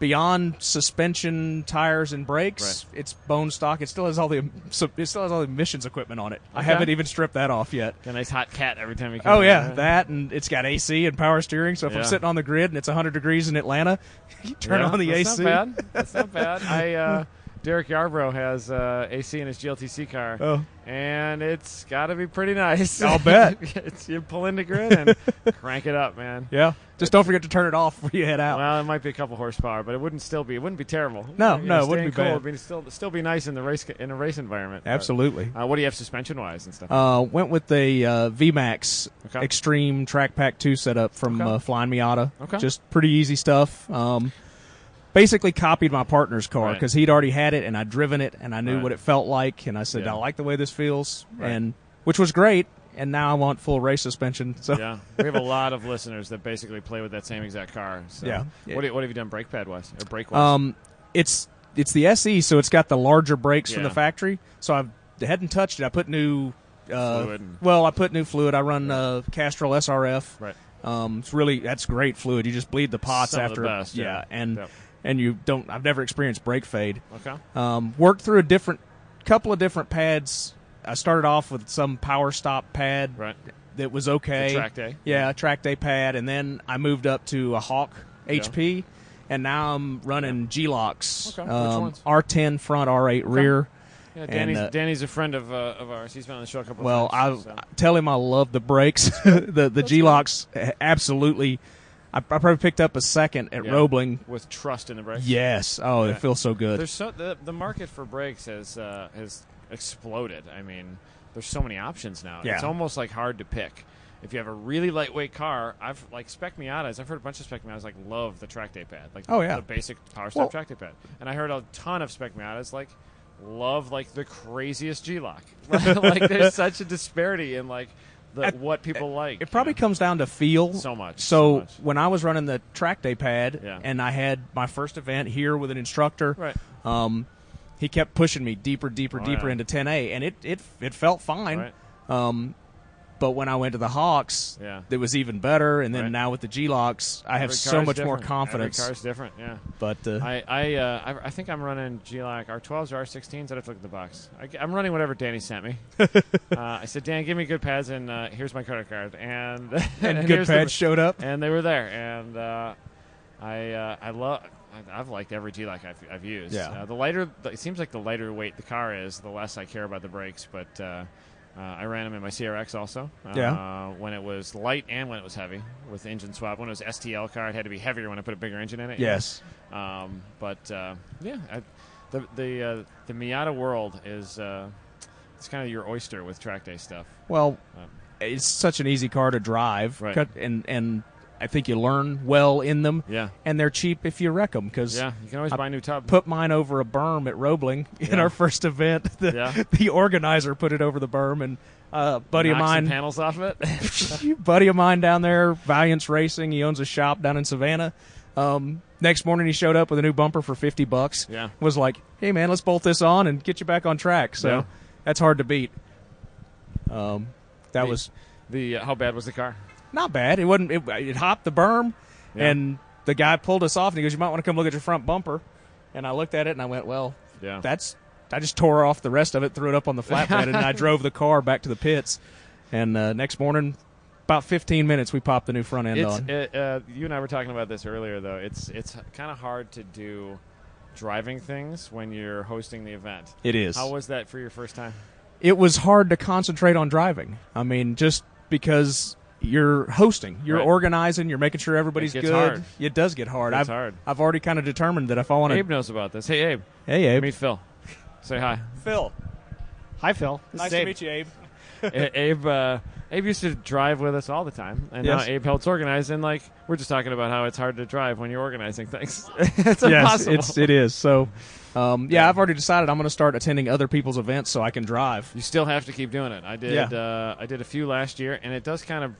Speaker 5: beyond suspension, tires, and brakes, it's bone stock. It still has all the [laughs] so it still has all the emissions equipment on it. I
Speaker 1: Okay.
Speaker 5: haven't even stripped that off yet.
Speaker 1: Got a nice hot cat every time you come.
Speaker 5: Oh
Speaker 1: in,
Speaker 5: yeah,
Speaker 1: right?
Speaker 5: that and it's got AC and power steering. So if I'm
Speaker 1: Yeah.
Speaker 5: sitting on the grid and it's 100 degrees in Atlanta, [laughs] you turn
Speaker 1: Yeah,
Speaker 5: on the
Speaker 1: that's
Speaker 5: AC. [laughs]
Speaker 1: Not bad. That's not bad. I uh, Derek Yarbrough has uh, AC in his GLTC car,
Speaker 5: Oh,
Speaker 1: and it's got to be pretty nice.
Speaker 5: I'll bet.
Speaker 1: [laughs] it's, you pull into grid
Speaker 5: [laughs]
Speaker 1: and crank it up, man.
Speaker 5: yeah. Just don't forget to turn it off before you head out.
Speaker 1: Well, it might be a couple horsepower, but it wouldn't still be. It wouldn't be terrible.
Speaker 5: No,
Speaker 1: You
Speaker 5: no,
Speaker 1: know,
Speaker 5: it wouldn't
Speaker 1: staying
Speaker 5: be
Speaker 1: cool
Speaker 5: bad.
Speaker 1: would be still still be nice in the race in a race environment. But,
Speaker 5: Absolutely.
Speaker 1: Uh, what do you have suspension wise and stuff?
Speaker 5: Uh, went with the uh, VMAX
Speaker 1: Okay.
Speaker 5: Extreme Track Pack 2 setup from
Speaker 1: Okay.
Speaker 5: uh, Flying Miata.
Speaker 1: Okay.
Speaker 5: Just pretty easy stuff. Um, basically copied my partner's car
Speaker 1: Right.
Speaker 5: because he'd already had it and I'd driven it and I knew
Speaker 1: Right.
Speaker 5: what it felt like and I said
Speaker 1: Yeah.
Speaker 5: I like the way this feels
Speaker 1: Right.
Speaker 5: and which was great and now I want full race suspension. So
Speaker 1: yeah, we have a lot of listeners that basically play with that same exact car. So.
Speaker 5: Yeah.
Speaker 1: What, do you- what have you done brake pad wise or brake wise?
Speaker 5: um, it's it's the SE so it's got the larger brakes from
Speaker 1: Yeah.
Speaker 5: the factory. So I've I hadn't touched it. I put new uh,
Speaker 1: Fluid and-
Speaker 5: well, I put new fluid. I run uh, Castrol SRF.
Speaker 1: right.
Speaker 5: Um, it's really that's great fluid. You just bleed the pots
Speaker 1: Some of the
Speaker 5: after,
Speaker 1: best, yeah.
Speaker 5: and
Speaker 1: Yep.
Speaker 5: and you don't. I've never experienced brake fade.
Speaker 1: Okay.
Speaker 5: Um, worked through a different couple of different pads. I started off with some power stop pad
Speaker 1: Right.
Speaker 5: that was okay.
Speaker 1: The track day.
Speaker 5: yeah, a track day pad, and then I moved up to a Hawk HP, and now I'm running G locks.
Speaker 1: Okay, which
Speaker 5: Um,
Speaker 1: ones?
Speaker 5: R10 front, R8 rear.
Speaker 1: Yeah,
Speaker 5: And,
Speaker 1: Danny's
Speaker 5: uh,
Speaker 1: Danny's a friend of uh, of ours. He's been on the show a couple
Speaker 5: Well, I,
Speaker 1: times. so-
Speaker 5: I tell him I love the brakes. [laughs] the the G locks absolutely. I, I probably picked up a second at
Speaker 1: Yeah.
Speaker 5: Roebling.
Speaker 1: with trust in the brakes.
Speaker 5: Yes. Oh,
Speaker 1: Yeah.
Speaker 5: it feels so good.
Speaker 1: There's so the, the market for brakes has uh, has exploded. I mean, there's so many options now.
Speaker 5: Yeah.
Speaker 1: It's almost like hard to pick. If you have a really lightweight car, I've like spec Miatas. I've heard a bunch of spec Miatas like love the track day pad, like
Speaker 5: Oh, yeah.
Speaker 1: the basic power stop
Speaker 5: Well-
Speaker 1: track day pad. And I heard a ton of spec Miatas like love like the craziest G lock. [laughs] like
Speaker 5: [laughs]
Speaker 1: there's such a disparity in like the,
Speaker 5: At-
Speaker 1: what people like. you
Speaker 5: It probably
Speaker 1: know?
Speaker 5: comes down to feel
Speaker 1: So much,
Speaker 5: So,
Speaker 1: so much.
Speaker 5: when I was running the track day pad,
Speaker 1: Yeah.
Speaker 5: and I had my first event here with an instructor,
Speaker 1: Right.
Speaker 5: um, he kept pushing me deeper, deeper,
Speaker 1: Oh,
Speaker 5: deeper
Speaker 1: yeah.
Speaker 5: into 10A, and it it it felt fine.
Speaker 1: Right.
Speaker 5: Um, but when I went to the Hawks,
Speaker 1: Yeah.
Speaker 5: it was even better. And then
Speaker 1: Right.
Speaker 5: now with the G locks, I have
Speaker 1: Every
Speaker 5: so
Speaker 1: car's
Speaker 5: much more
Speaker 1: different.
Speaker 5: confidence.
Speaker 1: Every car's different. Yeah.
Speaker 5: But uh,
Speaker 1: I I, uh, I I think I'm running GLAC R12s or R16s. I'd have to look at the box. I, am running whatever Danny sent
Speaker 5: [laughs]
Speaker 1: me. uh, I said, Dan, give me good pads, and uh, here's my credit card. And [laughs]
Speaker 5: and, good
Speaker 1: here's the-
Speaker 5: pads showed up.
Speaker 1: and they were there. And uh, I uh, I love. I've liked every GLAC I've, I've used.
Speaker 5: Yeah.
Speaker 1: Uh, the lighter, it seems like the lighter weight the car is, the less I care about the brakes. But uh, uh, I ran them in my CRX also. Uh,
Speaker 5: Yeah.
Speaker 1: When it was light and when it was heavy with engine swap. When it was STL car, it had to be heavier when I put a bigger engine in it.
Speaker 5: Yes.
Speaker 1: Um, but uh, yeah, I, the the uh, the Miata world is uh, it's kind of your oyster with track day stuff.
Speaker 5: Well,
Speaker 1: Um,
Speaker 5: it's such an easy car to drive,
Speaker 1: Right.
Speaker 5: cut- and and I think you learn well in them.
Speaker 1: Yeah,
Speaker 5: and they're cheap if you wreck them because
Speaker 1: yeah. You can always
Speaker 5: I
Speaker 1: buy a new tub.
Speaker 5: put mine over a berm at Roebling in
Speaker 1: Yeah.
Speaker 5: our first event. [laughs] The,
Speaker 1: Yeah.
Speaker 5: the organizer put it over the berm, and uh, buddy
Speaker 1: Knock some
Speaker 5: of mine,
Speaker 1: panels off
Speaker 5: [laughs]
Speaker 1: of it.
Speaker 5: buddy of mine down there, Valiance Racing. He owns a shop down in Savannah. Um, next morning, he showed up with a new bumper for fifty bucks.
Speaker 1: Yeah.
Speaker 5: was like, "Hey man, let's bolt this on and get you back on track." So
Speaker 1: Yeah.
Speaker 5: that's hard to beat. Um, that
Speaker 1: The-
Speaker 5: was
Speaker 1: the uh, how bad was the car?
Speaker 5: not bad. It wasn't. It, it hopped the berm,
Speaker 1: Yeah.
Speaker 5: and the guy pulled us off, and he goes, "You might want to come look at your front bumper." And I looked at it, and I went, "Well,
Speaker 1: Yeah.
Speaker 5: that's." I just tore off the rest of it, threw it up on the flatbed,
Speaker 1: [laughs]
Speaker 5: and I drove the car back to the pits. And uh, next morning, about 15 minutes, we popped the new front end
Speaker 1: It's
Speaker 5: on.
Speaker 1: it, uh, you and I were talking about this earlier though. It's it's kind of hard to do driving things when you're hosting the event.
Speaker 5: it is.
Speaker 1: How was that for your first time?
Speaker 5: it was hard to concentrate on driving. I mean, just because you're hosting, you're
Speaker 1: Right.
Speaker 5: organizing, you're making sure everybody's
Speaker 1: gets
Speaker 5: good.
Speaker 1: hard.
Speaker 5: It does get hard.
Speaker 1: It
Speaker 5: I've,
Speaker 1: gets hard.
Speaker 5: I've already kind of determined that if I want
Speaker 1: Abe
Speaker 5: to,
Speaker 1: knows about this. Hey Abe,
Speaker 5: hey, Abe,
Speaker 1: meet Phil. Say hi.
Speaker 5: Phil,
Speaker 6: Hi, Phil.
Speaker 5: nice to meet you, Abe.
Speaker 1: A- Abe uh, Abe used to drive with us all the time, and now
Speaker 5: Yes.
Speaker 1: Abe helps organize. And like we're just talking about how it's hard to drive when you're organizing things. [laughs] [laughs] it's impossible.
Speaker 5: it's it is. So, um, yeah, I've already decided I'm going to start attending other people's events so I can drive.
Speaker 1: you still have to keep doing it. I did
Speaker 5: Yeah.
Speaker 1: uh, I did a few last year, and it does kind of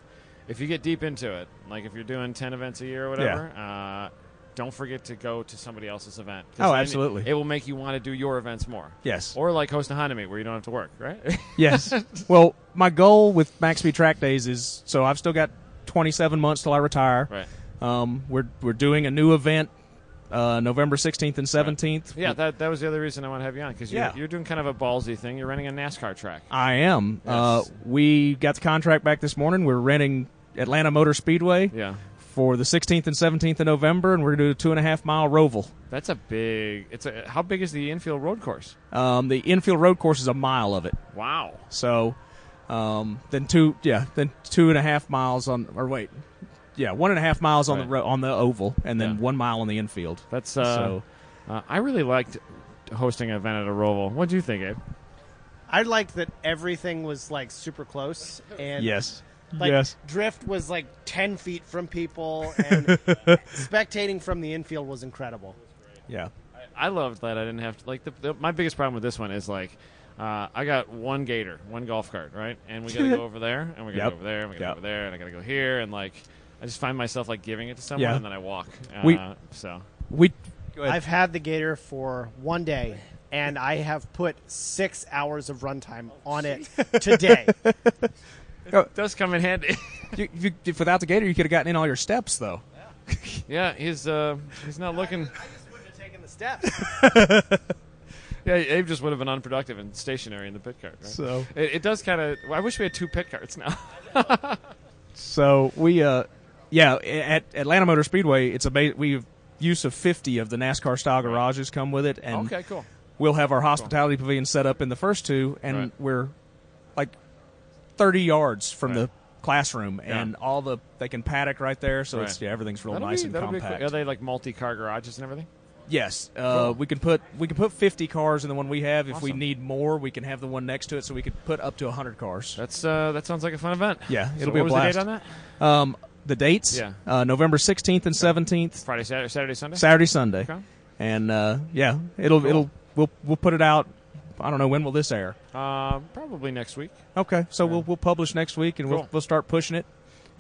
Speaker 1: if you get deep into it, like if you're doing ten events a year or whatever. Uh, don't forget to go to somebody else's event. 'Cause
Speaker 5: Oh,
Speaker 1: then
Speaker 5: absolutely.
Speaker 1: It will make you want to do your events more.
Speaker 5: Yes.
Speaker 1: Or like host a Hanami where you don't have to work, right? [laughs]
Speaker 5: Yes. well, my goal with Max Speed Track Days is so I've still got 27 months till I retire.
Speaker 1: right.
Speaker 5: Um, we're we're doing a new event uh, November 16th and 17th.
Speaker 1: Yeah, that, that was the other reason I want to have you on because you're,
Speaker 5: Mm. Yeah.
Speaker 1: you're doing kind of a ballsy thing. You're running a NASCAR track.
Speaker 5: I am. Uh, we got the contract back this morning. We're renting Atlanta Motor Speedway
Speaker 1: Yeah.
Speaker 5: for the 16th and 17th of November, and we're going to do a two and a half mile roval.
Speaker 1: That's a big. It's a how big is the infield road course?
Speaker 5: Um, the infield road course is a mile of it.
Speaker 1: Wow.
Speaker 5: So um, then two, yeah, then two and a half miles on, or wait, yeah, one and a half miles on the
Speaker 1: Right.
Speaker 5: ro- on the oval, and then
Speaker 1: Yeah.
Speaker 5: one mile on the infield.
Speaker 1: That's uh,
Speaker 5: So-
Speaker 1: uh, I really liked hosting an event at a Roval. What do you think, Abe?
Speaker 2: I liked that everything was like super close and
Speaker 5: Yes,
Speaker 2: like
Speaker 5: yes,
Speaker 2: drift was like ten feet from
Speaker 5: [laughs]
Speaker 2: people and spectating from the infield was incredible.
Speaker 5: yeah,
Speaker 1: I loved that I didn't have to like the, the, my biggest problem with this one is like uh, I got one gator, one golf cart, right? And we got to
Speaker 5: [laughs]
Speaker 1: go over there, and we got to
Speaker 5: Yep.
Speaker 1: go over there, and we got to
Speaker 5: Yep.
Speaker 1: go over there, and I got to go here, and like I just find myself like giving it to someone,
Speaker 5: Yeah.
Speaker 1: and then I walk. Uh,
Speaker 5: We-
Speaker 1: so
Speaker 5: we.
Speaker 2: I've had the gator for one day and I have put six hours of runtime on it today.
Speaker 1: it does come in
Speaker 5: [laughs]
Speaker 1: handy.
Speaker 5: You, you, if without the gator, you could have gotten in all your steps though.
Speaker 1: yeah, he's uh, he's not looking.
Speaker 2: Taking the steps.
Speaker 1: Yeah, Abe just would have been unproductive and stationary in the pit cart. Right?
Speaker 5: So-
Speaker 1: it, it does kind of. I wish we had two pit carts now.
Speaker 5: So we, uh, yeah, at Atlanta Motor Speedway, it's amazing. We've use of 50 of the NASCAR style garages come with it, [laughs] and
Speaker 1: okay, cool.
Speaker 5: we'll have our hospitality pavilion set up in the first two, and
Speaker 1: Right.
Speaker 5: we're like 30 yards from
Speaker 1: Right.
Speaker 5: the classroom,
Speaker 1: Yeah.
Speaker 5: and all the they can paddock right there, so it's
Speaker 1: Right.
Speaker 5: yeah, everything's real
Speaker 1: That'll
Speaker 5: nice
Speaker 1: be,
Speaker 5: and
Speaker 1: that'll be cool.
Speaker 5: compact.
Speaker 1: Are they like multi-car garages and everything?
Speaker 5: Yes, uh, we can put we can put 50 cars in the one we have. If we
Speaker 1: Awesome.
Speaker 5: need more, we can have the one next to it, so we could put up to 100 cars.
Speaker 1: That's uh, that sounds like a fun event.
Speaker 5: Yeah,
Speaker 1: So
Speaker 5: it'll
Speaker 1: what
Speaker 5: be a
Speaker 1: was
Speaker 5: blast.
Speaker 1: the date on that?
Speaker 5: Um, the dates,
Speaker 1: Yeah.
Speaker 5: uh, November 16th and 17th,
Speaker 1: Friday, Saturday, Saturday, Sunday.
Speaker 5: Saturday, Sunday,
Speaker 1: Okay.
Speaker 5: and uh, yeah, it'll it'll we'll we'll put it out. I don't know when will this air.
Speaker 1: Uh, probably next week.
Speaker 5: Okay, so we'll we'll publish next week and we'll
Speaker 1: Cool.
Speaker 5: we'll start pushing it.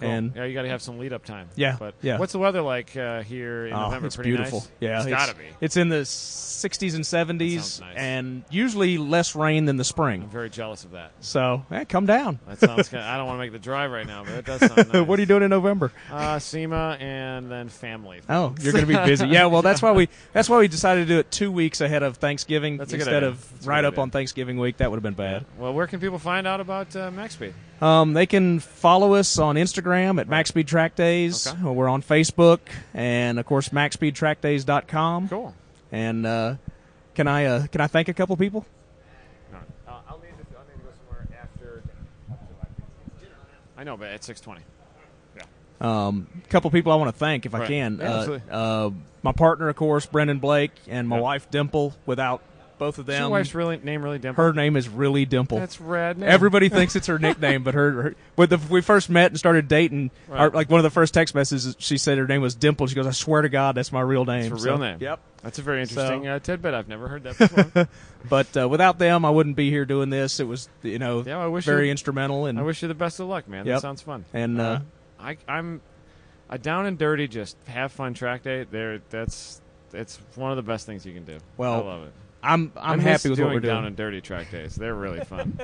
Speaker 1: Cool.
Speaker 5: And
Speaker 1: yeah, you got to have some lead up time.
Speaker 5: Yeah,
Speaker 1: but
Speaker 5: yeah.
Speaker 1: What's the weather like uh, here in
Speaker 5: oh,
Speaker 1: November?
Speaker 5: it's
Speaker 1: Pretty
Speaker 5: beautiful.
Speaker 1: Nice?
Speaker 5: Yeah,
Speaker 1: it's
Speaker 5: it's-
Speaker 1: gotta be.
Speaker 5: It's in the 60s and 70s,
Speaker 1: That sounds nice.
Speaker 5: and usually less rain than the
Speaker 1: I'm
Speaker 5: spring.
Speaker 1: very jealous of that.
Speaker 5: So eh, come down.
Speaker 1: That sounds. kinda, I don't want to make the drive right now, but it does sound nice.
Speaker 5: [laughs] what are you doing in November?
Speaker 1: Uh, SEMA and then family.
Speaker 5: Oh, you're going to be busy. Yeah, well, that's why we that's why we decided to do it two weeks ahead of Thanksgiving
Speaker 1: That's a good
Speaker 5: instead
Speaker 1: idea.
Speaker 5: of
Speaker 1: That's a
Speaker 5: right
Speaker 1: good
Speaker 5: up
Speaker 1: idea.
Speaker 5: on Thanksgiving week. That would have been bad.
Speaker 1: Well, where can people find out about uh, MaxSpeed?
Speaker 5: Um, they can follow us on Instagram at Max Speed Track Days.
Speaker 1: Okay.
Speaker 5: We're on Facebook and of course MaxSpeedTrackDays.com.
Speaker 1: Cool.
Speaker 5: And uh, can I uh, can I thank a couple people?
Speaker 1: Uh, I'll need to. I'll need to go somewhere after. I know, but at six twenty.
Speaker 5: Um, couple people I want to thank if I
Speaker 1: Right.
Speaker 5: can.
Speaker 1: Yeah,
Speaker 5: Uh,
Speaker 1: absolutely.
Speaker 5: uh, my partner, of course, Brendan Blake, and my wife Dimple. Without both of
Speaker 1: Is
Speaker 5: them,
Speaker 1: your wife's really name really Dimple?
Speaker 5: her name is really Dimple.
Speaker 1: That's rad. Name.
Speaker 5: Everybody thinks
Speaker 1: [laughs]
Speaker 5: it's her nickname, but her, her when the, we first met and started dating,
Speaker 1: Right.
Speaker 5: our, like one of the first text messages, she said her name was Dimple. She goes, "I swear to God, that's my real
Speaker 1: It's
Speaker 5: name."
Speaker 1: her
Speaker 5: So-
Speaker 1: real name.
Speaker 5: Yep.
Speaker 1: That's a very interesting uh, tidbit. I've never heard that before.
Speaker 5: [laughs] But uh, without them, I wouldn't be here doing this. It was, you know,
Speaker 1: Yeah, I wish
Speaker 5: very
Speaker 1: you-
Speaker 5: instrumental. And
Speaker 1: I wish you the best of luck, man. That
Speaker 5: Yep.
Speaker 1: sounds fun.
Speaker 5: And, uh,
Speaker 1: I, I'm a down and dirty, just have fun track day. There, that's it's one of the best things you can do.
Speaker 5: Well,
Speaker 1: I love it.
Speaker 5: I'm I'm
Speaker 1: I miss
Speaker 5: happy with
Speaker 1: doing
Speaker 5: what we're
Speaker 1: Down
Speaker 5: doing.
Speaker 1: and dirty track days. They're really
Speaker 5: [laughs]
Speaker 1: fun.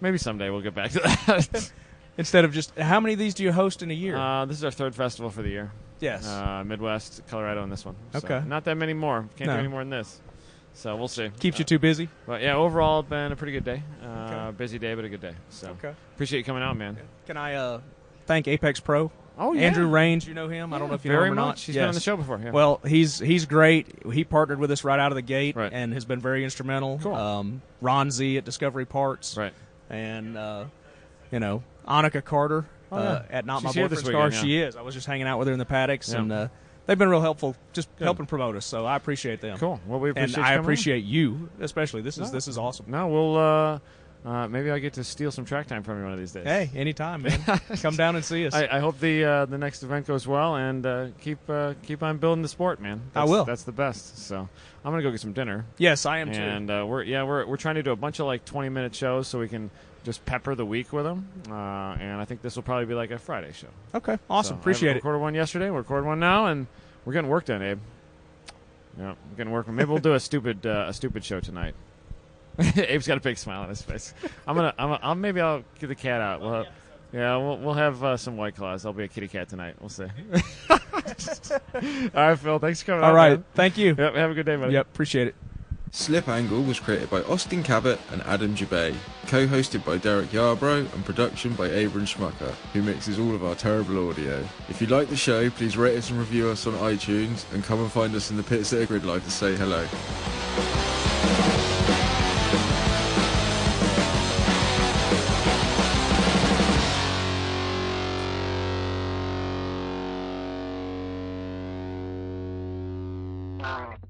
Speaker 1: Maybe someday we'll get back to that.
Speaker 5: Instead of just how many of these do you host in a year?
Speaker 1: uh, this is our third festival for the year.
Speaker 5: yes.
Speaker 1: Uh, Midwest, Colorado, and this one. So,
Speaker 5: Okay.
Speaker 1: not that many more. Can't
Speaker 5: No.
Speaker 1: do any more than this. So we'll see.
Speaker 5: Keeps you too busy.
Speaker 1: But yeah, overall, it's been a pretty good day. Uh,
Speaker 5: Okay.
Speaker 1: Busy day, but a good day. So
Speaker 5: Okay.
Speaker 1: appreciate you coming out, man.
Speaker 5: Can I uh, thank Apex Pro?
Speaker 1: Oh yeah,
Speaker 5: Andrew Range, you know him. I don't know if you
Speaker 1: very
Speaker 5: know him or
Speaker 1: much.
Speaker 5: not.
Speaker 1: He's been on the
Speaker 5: Yes.
Speaker 1: show before. Yeah.
Speaker 5: Well, he's he's great. He partnered with us right out of the gate
Speaker 1: Right.
Speaker 5: and has been very instrumental.
Speaker 1: Cool.
Speaker 5: Um, Ron Z at Discovery Parts,
Speaker 1: right.
Speaker 5: and uh, you know Annika Carter uh, at
Speaker 1: Oh,
Speaker 5: Not
Speaker 1: She's
Speaker 5: My
Speaker 1: here this
Speaker 5: Boyfriend's Car.
Speaker 1: weekend,
Speaker 5: She is. I was just hanging out with her in the paddocks,
Speaker 1: Yeah.
Speaker 5: and uh, they've been real helpful, just helping promote us. So I appreciate them.
Speaker 1: Cool. Well, we appreciate.
Speaker 5: and
Speaker 1: you
Speaker 5: I
Speaker 1: coming in.
Speaker 5: appreciate you especially. This is this is awesome.
Speaker 1: No, we'll. Uh, uh, maybe I get to steal some track time from you one of these days.
Speaker 5: Hey,
Speaker 1: [laughs]
Speaker 5: anytime, man. Come down and see us.
Speaker 1: I, I hope the uh, the next event goes well, and uh, keep uh, keep on building the sport, man.
Speaker 5: I
Speaker 1: That's,
Speaker 5: will.
Speaker 1: That's the best. So I'm gonna go get some dinner,
Speaker 5: yes, I am too.
Speaker 1: and uh, we're yeah we're we're trying to do a bunch of like 20 minute shows so we can just pepper the week with them. Uh, and I think this will probably be like a Friday show.
Speaker 5: Okay, awesome.
Speaker 1: So, I
Speaker 5: appreciate it.
Speaker 1: recorded one yesterday. We recorded one now, and we're getting work done, Abe. Yeah, we're getting work. Maybe we'll do a stupid uh, a stupid show tonight. [laughs] Abe's got a big smile on his face. I'm gonna. I'm. I'll, maybe I'll get the cat out. We'll, yeah, we'll we'll have uh, some white claws. I'll be a kitty cat tonight. We'll see. [laughs] All right, Phil. Thanks for coming.
Speaker 5: All
Speaker 1: out,
Speaker 5: right,
Speaker 1: man.
Speaker 5: thank you.
Speaker 1: Yep. Have a good day, buddy.
Speaker 5: Yep, appreciate it.
Speaker 7: Slip Angle was created by Austin Cabot and Adam Jabay, co hosted by Derek Yarbrough, and production by Abram Schmucker, who mixes all of our terrible audio. If you like the show, please rate us and review us on iTunes, and come and find us in the pits at a grid live to say hello.
Speaker 8: Bye.